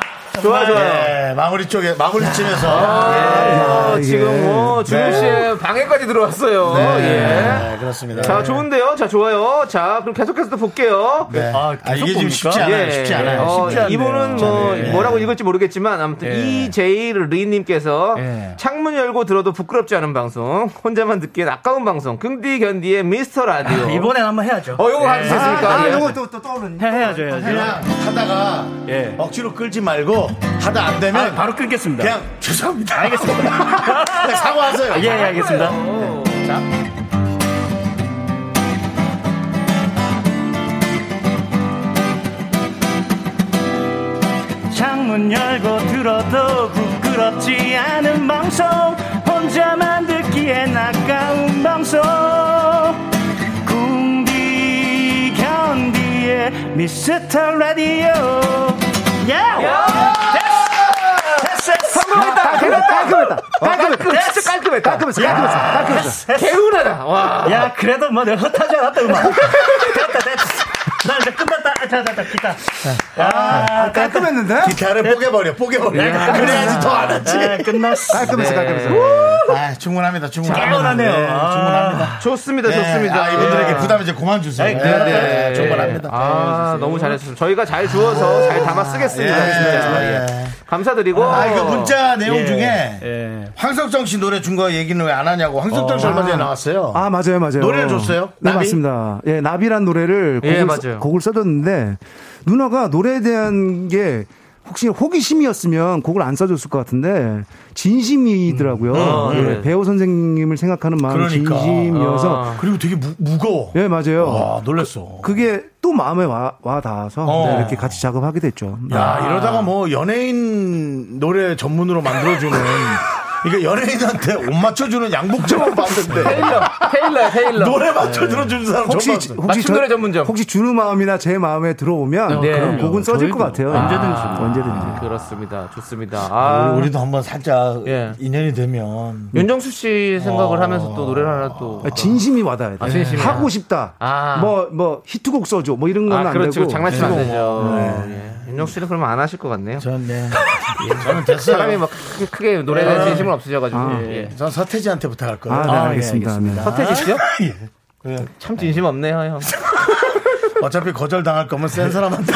S2: 좋아, 좋아요.
S1: 네, 마무리 쪽에, 마무리쯤에서.
S2: 아, 지금 뭐 준호
S1: 네.
S2: 씨의 방해까지 들어왔어요.
S1: 네,
S2: 예.
S1: 네, 그렇습니다.
S2: 자, 좋은데요. 자, 좋아요. 자, 그럼 계속해서 또 볼게요.
S1: 네.
S7: 아,
S1: 아, 이게
S7: 계속
S1: 지금
S7: 봅니까?
S1: 쉽지 않아요. 쉽지 않아요.
S2: 어,
S1: 쉽지 않네요.
S2: 이분은 뭐
S1: 네.
S2: 뭐라고 읽을지 모르겠지만 아무튼 EJ 리님께서
S1: 예.
S2: 창문 열고 들어도 부끄럽지 않은 방송, 혼자만 듣기엔 아까운 방송, 긍디 견디의 미스터
S1: 아,
S2: 라디오.
S7: 이번엔 한번 해야죠.
S2: 어, 요거
S1: 네.
S2: 가지셨습니까? 예.
S6: 또또 떠오르는
S7: 해, 해야죠, 해야죠.
S1: 그냥 하다가
S7: 예.
S1: 억지로 끌지 말고 하다 안 되면
S7: 아, 바로 끊겠습니다.
S1: 그냥 죄송합니다. 알겠습니다.
S2: 아,
S1: 사과하세요.
S7: 예, 예, 알겠습니다. 창문 열고 들어도 부끄럽지 않은 방송 혼자만 듣기엔 아까운 방송 궁디 견디의 미스터 라디오 야! 됐어! 됐어! 성공했다! 어,
S6: 깔끔했다
S2: 깔끔했다. 예. 진짜 깔끔했다. 깔끔했어. 깔끔했어. 개운하다. 와.
S7: 야, 그래도 뭐 내가 헛하지 않았다, 음악. 됐다, 됐다. 나 이제 끝났다. 아, 자, 자, 자, 기타. 아,
S6: 깔끔했는데?
S1: 기타를 뽀개버려, 뽀개버려. 그래야지 더 알았지.
S7: 네, 끝났어.
S6: 깔끔했어 깔끔했어
S1: 아, 충분합니다, 충분합니다.
S7: 개운하네요.
S1: 네,
S7: 아.
S1: 충분합니다.
S2: 좋습니다.
S1: 네,
S2: 좋습니다.
S1: 아, 이분들에게
S2: 예.
S1: 부담 이제 그만 주세요.
S7: 아이,
S1: 네,
S7: 네,
S1: 네,
S2: 예.
S1: 충분합니다. 네,
S2: 아, 너무 잘했습니다. 저희가 잘 주어서 잘 담아 쓰겠습니다.
S1: 예.
S2: 진짜. 예. 감사드리고.
S1: 아, 이거 문자 내용
S7: 예.
S1: 중에
S7: 예.
S1: 황석정 씨 노래 준 거 얘기는 왜 안 하냐고. 황석정 씨 얼마 전에 나왔어요.
S6: 아 맞아요 맞아요
S1: 노래를 줬어요?
S6: 네
S1: 나비?
S6: 맞습니다 예 나비란 노래를 곡을,
S2: 예,
S6: 써-
S2: 맞아요.
S6: 곡을 써줬는데 누나가 노래에 대한 게 혹시 호기심이었으면 곡을 안 써줬을 것 같은데 진심이더라고요
S7: 음.
S2: 어,
S6: 예,
S2: 네.
S6: 배우 선생님을 생각하는 마음
S1: 그러니까.
S6: 진심이어서
S2: 아.
S1: 그리고 되게 무, 무거워.
S6: 예 맞아요
S1: 와, 놀랬어.
S6: 그게 또 마음에 와, 와 닿아서
S1: 어.
S6: 네, 이렇게 같이 작업하게 됐죠
S1: 야, 이러다가 뭐 연예인 노래 전문으로 만들어주는. 이거 연예인한테 옷 맞춰주는 양복점을 봤는데.
S2: 테일러, 테일러, 테일러.
S1: 노래 맞춰 들어주는 사람
S6: 혹시
S1: 혹시 처음 봤어요.
S6: 혹시
S2: 맞춤 노래 전문점.
S6: 혹시 준우 마음이나 제 마음에 들어오면
S2: 네. 뭐
S6: 그런 곡은 써질 것 같아요 아,
S7: 저희도 언제든지.
S6: 언제든지
S2: 그렇습니다. 좋습니다. 아,
S1: 우리, 도 한번 살짝
S2: 예.
S1: 인연이 되면.
S2: 윤정수 씨 생각을 하면서 또 노래를 하나 또.
S6: 아, 진심이 와닿아야 돼.
S2: 아, 진심이야.
S6: 하고 싶다.
S2: 아.
S6: 뭐 뭐 히트곡 써줘. 뭐 이런 건
S2: 아,
S6: 안
S2: 그렇죠.
S6: 되고.
S2: 장난치면 안
S6: 네.
S2: 되죠. 예. 윤정수 씨는 그러면 안 하실 것 같네요.
S1: 전, 네. 저는 됐어요.
S2: 사람이 막 크게, 크게 노래에 대한 진심은 없으셔가지고. 예.
S1: 전 서태지한테 부탁할 거예요.
S6: 아, 네,
S1: 아, 예,
S6: 알겠습니다. 네.
S2: 서태지 씨요? 예. 참 진심 없네요, 형.
S1: 어차피 거절당할 거면 센 [laughs] 사람한테.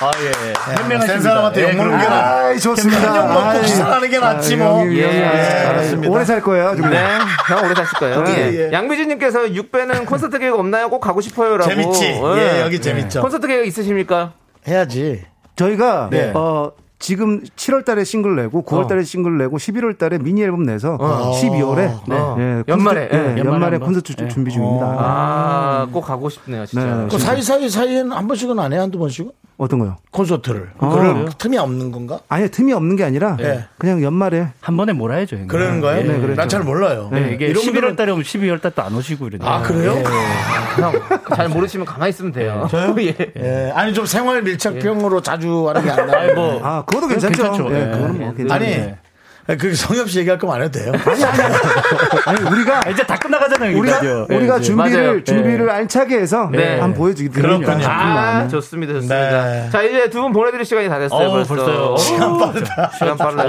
S7: 아, 예.
S1: 네, 센 사람한테 욕 먹는 게 낫지.
S6: 아이, 좋습니다.
S1: 그냥 먹고
S6: 아이.
S1: 기사하는 게 낫지
S6: 아이,
S1: 뭐.
S6: 형님,
S2: 예,
S6: 형님.
S2: 예,
S1: 알았습니다.
S6: 오래 살 거예요. 아주 그냥.
S2: 네, 형 오래 사실 거예요.
S1: 예, 예.
S2: 양비진님께서 6배는 콘서트 계획 없나요? 꼭 가고 싶어요라고.
S1: 재밌지.
S2: 예.
S1: 예, 여기 재밌죠.
S2: 콘서트 계획 있으십니까?
S1: 해야지.
S6: 저희가
S1: 네.
S6: 어 지금 7월 달에 싱글 내고 9월 달에 싱글 내고 11월 달에 미니 앨범 내서 12월에
S2: 어.
S6: 예,
S2: 연말에,
S6: 콘서트,
S2: 예,
S6: 예,
S7: 연말에
S6: 연말에
S7: 한번.
S6: 콘서트 주- 준비 중입니다.
S2: 아, 꼭 가고 싶네요, 진짜.
S6: 네.
S1: 그 사이사이 사이에는 한 번씩은 안 해? 한두 번씩은?
S6: 어떤 거요?
S1: 콘서트를. 아, 그럴 틈이 없는 건가?
S6: 아니 틈이 없는 게 아니라
S1: 예.
S6: 그냥 연말에
S7: 한 번에 몰아야죠. 형님.
S1: 그러는 거예요?
S7: 예.
S1: 난 잘 몰라요.
S7: 네, 이게
S1: 이런
S7: 11월
S1: 분들은-
S7: 달에 오면 12월 달도 안 오시고 이러네요.
S1: 아, 그래요?
S2: 형, 잘 모르시면 가만히 있으면 돼요. 저요? [laughs] 예.
S1: 예. 아니, 좀 생활 밀착병으로 자주 하는 게 안 나요. 예.
S7: 아이, 뭐.
S6: 아 그것도 괜찮죠.
S7: 괜찮죠.
S6: 예,
S7: 예.
S6: 그거는 뭐 괜찮.
S1: 아니,
S2: 예.
S1: 그 성엽 씨 얘기할 거면 안 해도 돼요.
S6: 아니 우리가
S7: 아, 이제 다 끝나가잖아요.
S6: 우리가
S7: 이제. 예,
S6: 우리가
S7: 이제.
S6: 준비를
S2: 맞아요.
S6: 준비를 알차게 해서
S2: 네.
S6: 한번 보여주기
S1: 그렇군요.
S6: 때문에
S2: 아, 좋습니다, 좋습니다.
S1: 네.
S2: 자, 이제 두 분 보내드릴 시간이 다 됐어요,
S7: 어우,
S2: 벌써.
S7: 벌써요.
S2: 시간 빠르다. 시간 빠르다.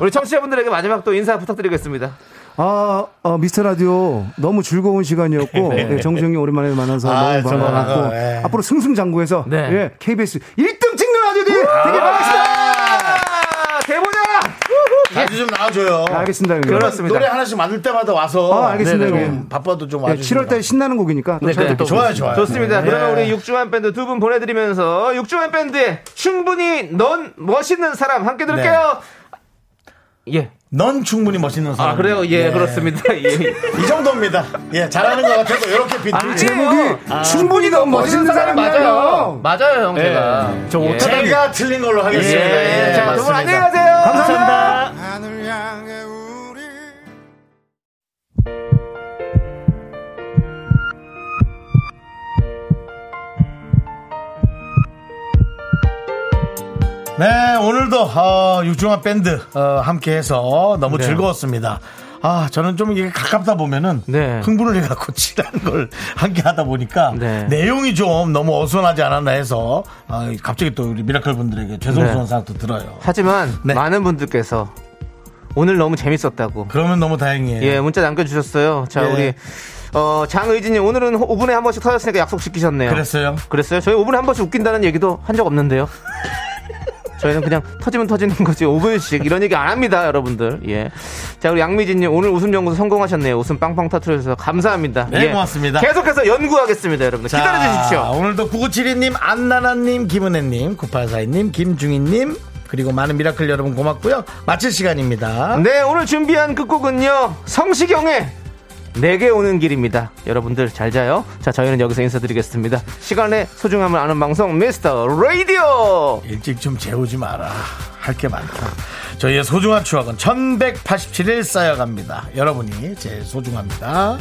S2: 우리 청취자분들에게 마지막 또 인사 부탁드리겠습니다.
S6: 아, 어, 미스터 라디오 너무 즐거운 시간이었고 예, 정수영이 오랜만에 만나서
S1: 아,
S6: 너무
S1: 정말
S6: 반가웠고
S1: 반가워요. 예.
S6: 앞으로 승승장구해서
S2: 네.
S6: 예, KBS 1등 찍는 아저씨 되게 반갑습니다.
S2: 아, 대보자!
S1: 자주 좀 나와줘요.
S6: 알겠습니다. 형님.
S2: 그렇습니다. 어,
S1: 노래 하나씩 만들 때마다 와서.
S6: 아, 알겠습니다,
S1: 좀
S6: 형님.
S1: 바빠도 좀
S6: 예,
S1: 와주세요.
S6: 7월달 신나는 곡이니까
S2: 네,
S6: 또 찾아뵙도록
S1: 좋아요, 좋아요.
S2: 좋습니다.
S1: 네.
S2: 그러면 우리 육중한 밴드 두 분 보내드리면서 육중한 밴드의 충분히 넌 멋있는 사람 함께 들을게요. 예.
S1: 넌 충분히 멋있는 사람.
S2: 아, 그래요? 예, 그렇습니다. 예.
S1: 이 정도입니다. 예, 잘하는 것 같아서 이렇게 빛.
S2: 아니에요.
S6: 제목이 충분히 너무 멋있는 사람이
S2: 맞아요.
S6: 맞아요.
S2: 어, 맞아요, 형 제가.
S7: 저
S2: 예.
S1: 제가 틀린 걸로 하겠습니다.
S2: 예.
S1: 예,
S2: 자, 두 분
S1: 맞습니다.
S2: 안녕히 가세요. 감사합니다.
S8: 하늘 향해 우리
S1: 네, 오늘도 어, 육중한 밴드 어, 함께해서
S2: 네.
S1: 너무 즐거웠습니다. 아, 저는 좀 이게 가깝다 보면은
S2: 네.
S1: 흥분을 해갖고 [laughs] 칠한 걸 함께 하다 보니까
S2: 네.
S1: 내용이 좀 너무 어수선하지 않았나 해서 아, 갑자기 또 우리 미라클 분들에게 죄송스러운
S2: 네.
S1: 생각도 들어요.
S2: 하지만
S1: 네.
S2: 많은 분들께서 오늘 너무 재밌었다고
S1: 그러면 너무 다행이에요.
S2: 예 문자 남겨주셨어요. 자
S1: 예.
S2: 우리 어, 장의진님 오늘은 5분에 한 번씩 터졌으니까 약속 지키셨네요.
S1: 그랬어요.
S2: 그랬어요? 저희 5분에 한 번씩 웃긴다는 얘기도 한 적 [laughs] 없는데요. 저희는 그냥 터지면 터지는 거지 5분씩 이런 얘기 안 합니다, 여러분들. 예. 자 우리 양미진님 오늘 웃음 연구소 성공하셨네요. 웃음 빵빵 터트려주셔서 감사합니다.
S1: 네,
S2: 예.
S1: 고맙습니다.
S2: 계속해서 연구하겠습니다, 여러분들.
S1: 자,
S2: 기다려 주십시오.
S1: 오늘도 9972님, 안나나님, 김은혜님, 9842님, 김중희님, 그리고 많은 미라클 여러분 고맙고요. 마칠 시간입니다.
S2: 네, 오늘 준비한 끝곡은요. 성시경의 내게 오는 길입니다. 여러분들 잘 자요. 자, 저희는 여기서 인사드리겠습니다. 시간의 소중함을 아는 방송 미스터 라디오.
S1: 일찍 좀 재우지 마라. 할 게 많다. 저희의 소중한 추억은 1187일 쌓여갑니다. 여러분이 제일 소중합니다.